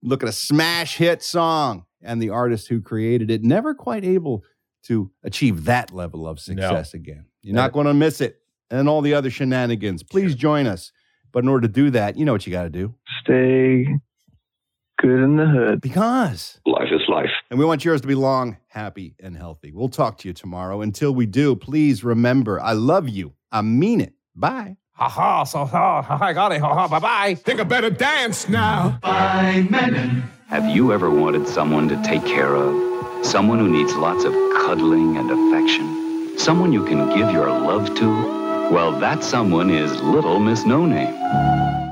Speaker 2: Look at a smash hit song and the artist who created it, never quite able to achieve that level of success again. You're not going to miss it. And all the other shenanigans. Please join us. But in order to do that, you know what you got to do.
Speaker 14: Stay good in the hood.
Speaker 2: Because
Speaker 5: Life is life.
Speaker 2: And we want yours to be long, happy, and healthy. We'll talk to you tomorrow. Until we do, please remember I love you. I mean it. Bye.
Speaker 3: Ha ha, so ha, ha ha, got it, ha ha, bye bye. Think I better dance now.
Speaker 10: Bye, Menon. Have you ever wanted someone to take care of? Someone who needs lots of cuddling and affection? Someone you can give your love to? Well, that someone is Little Miss No Name.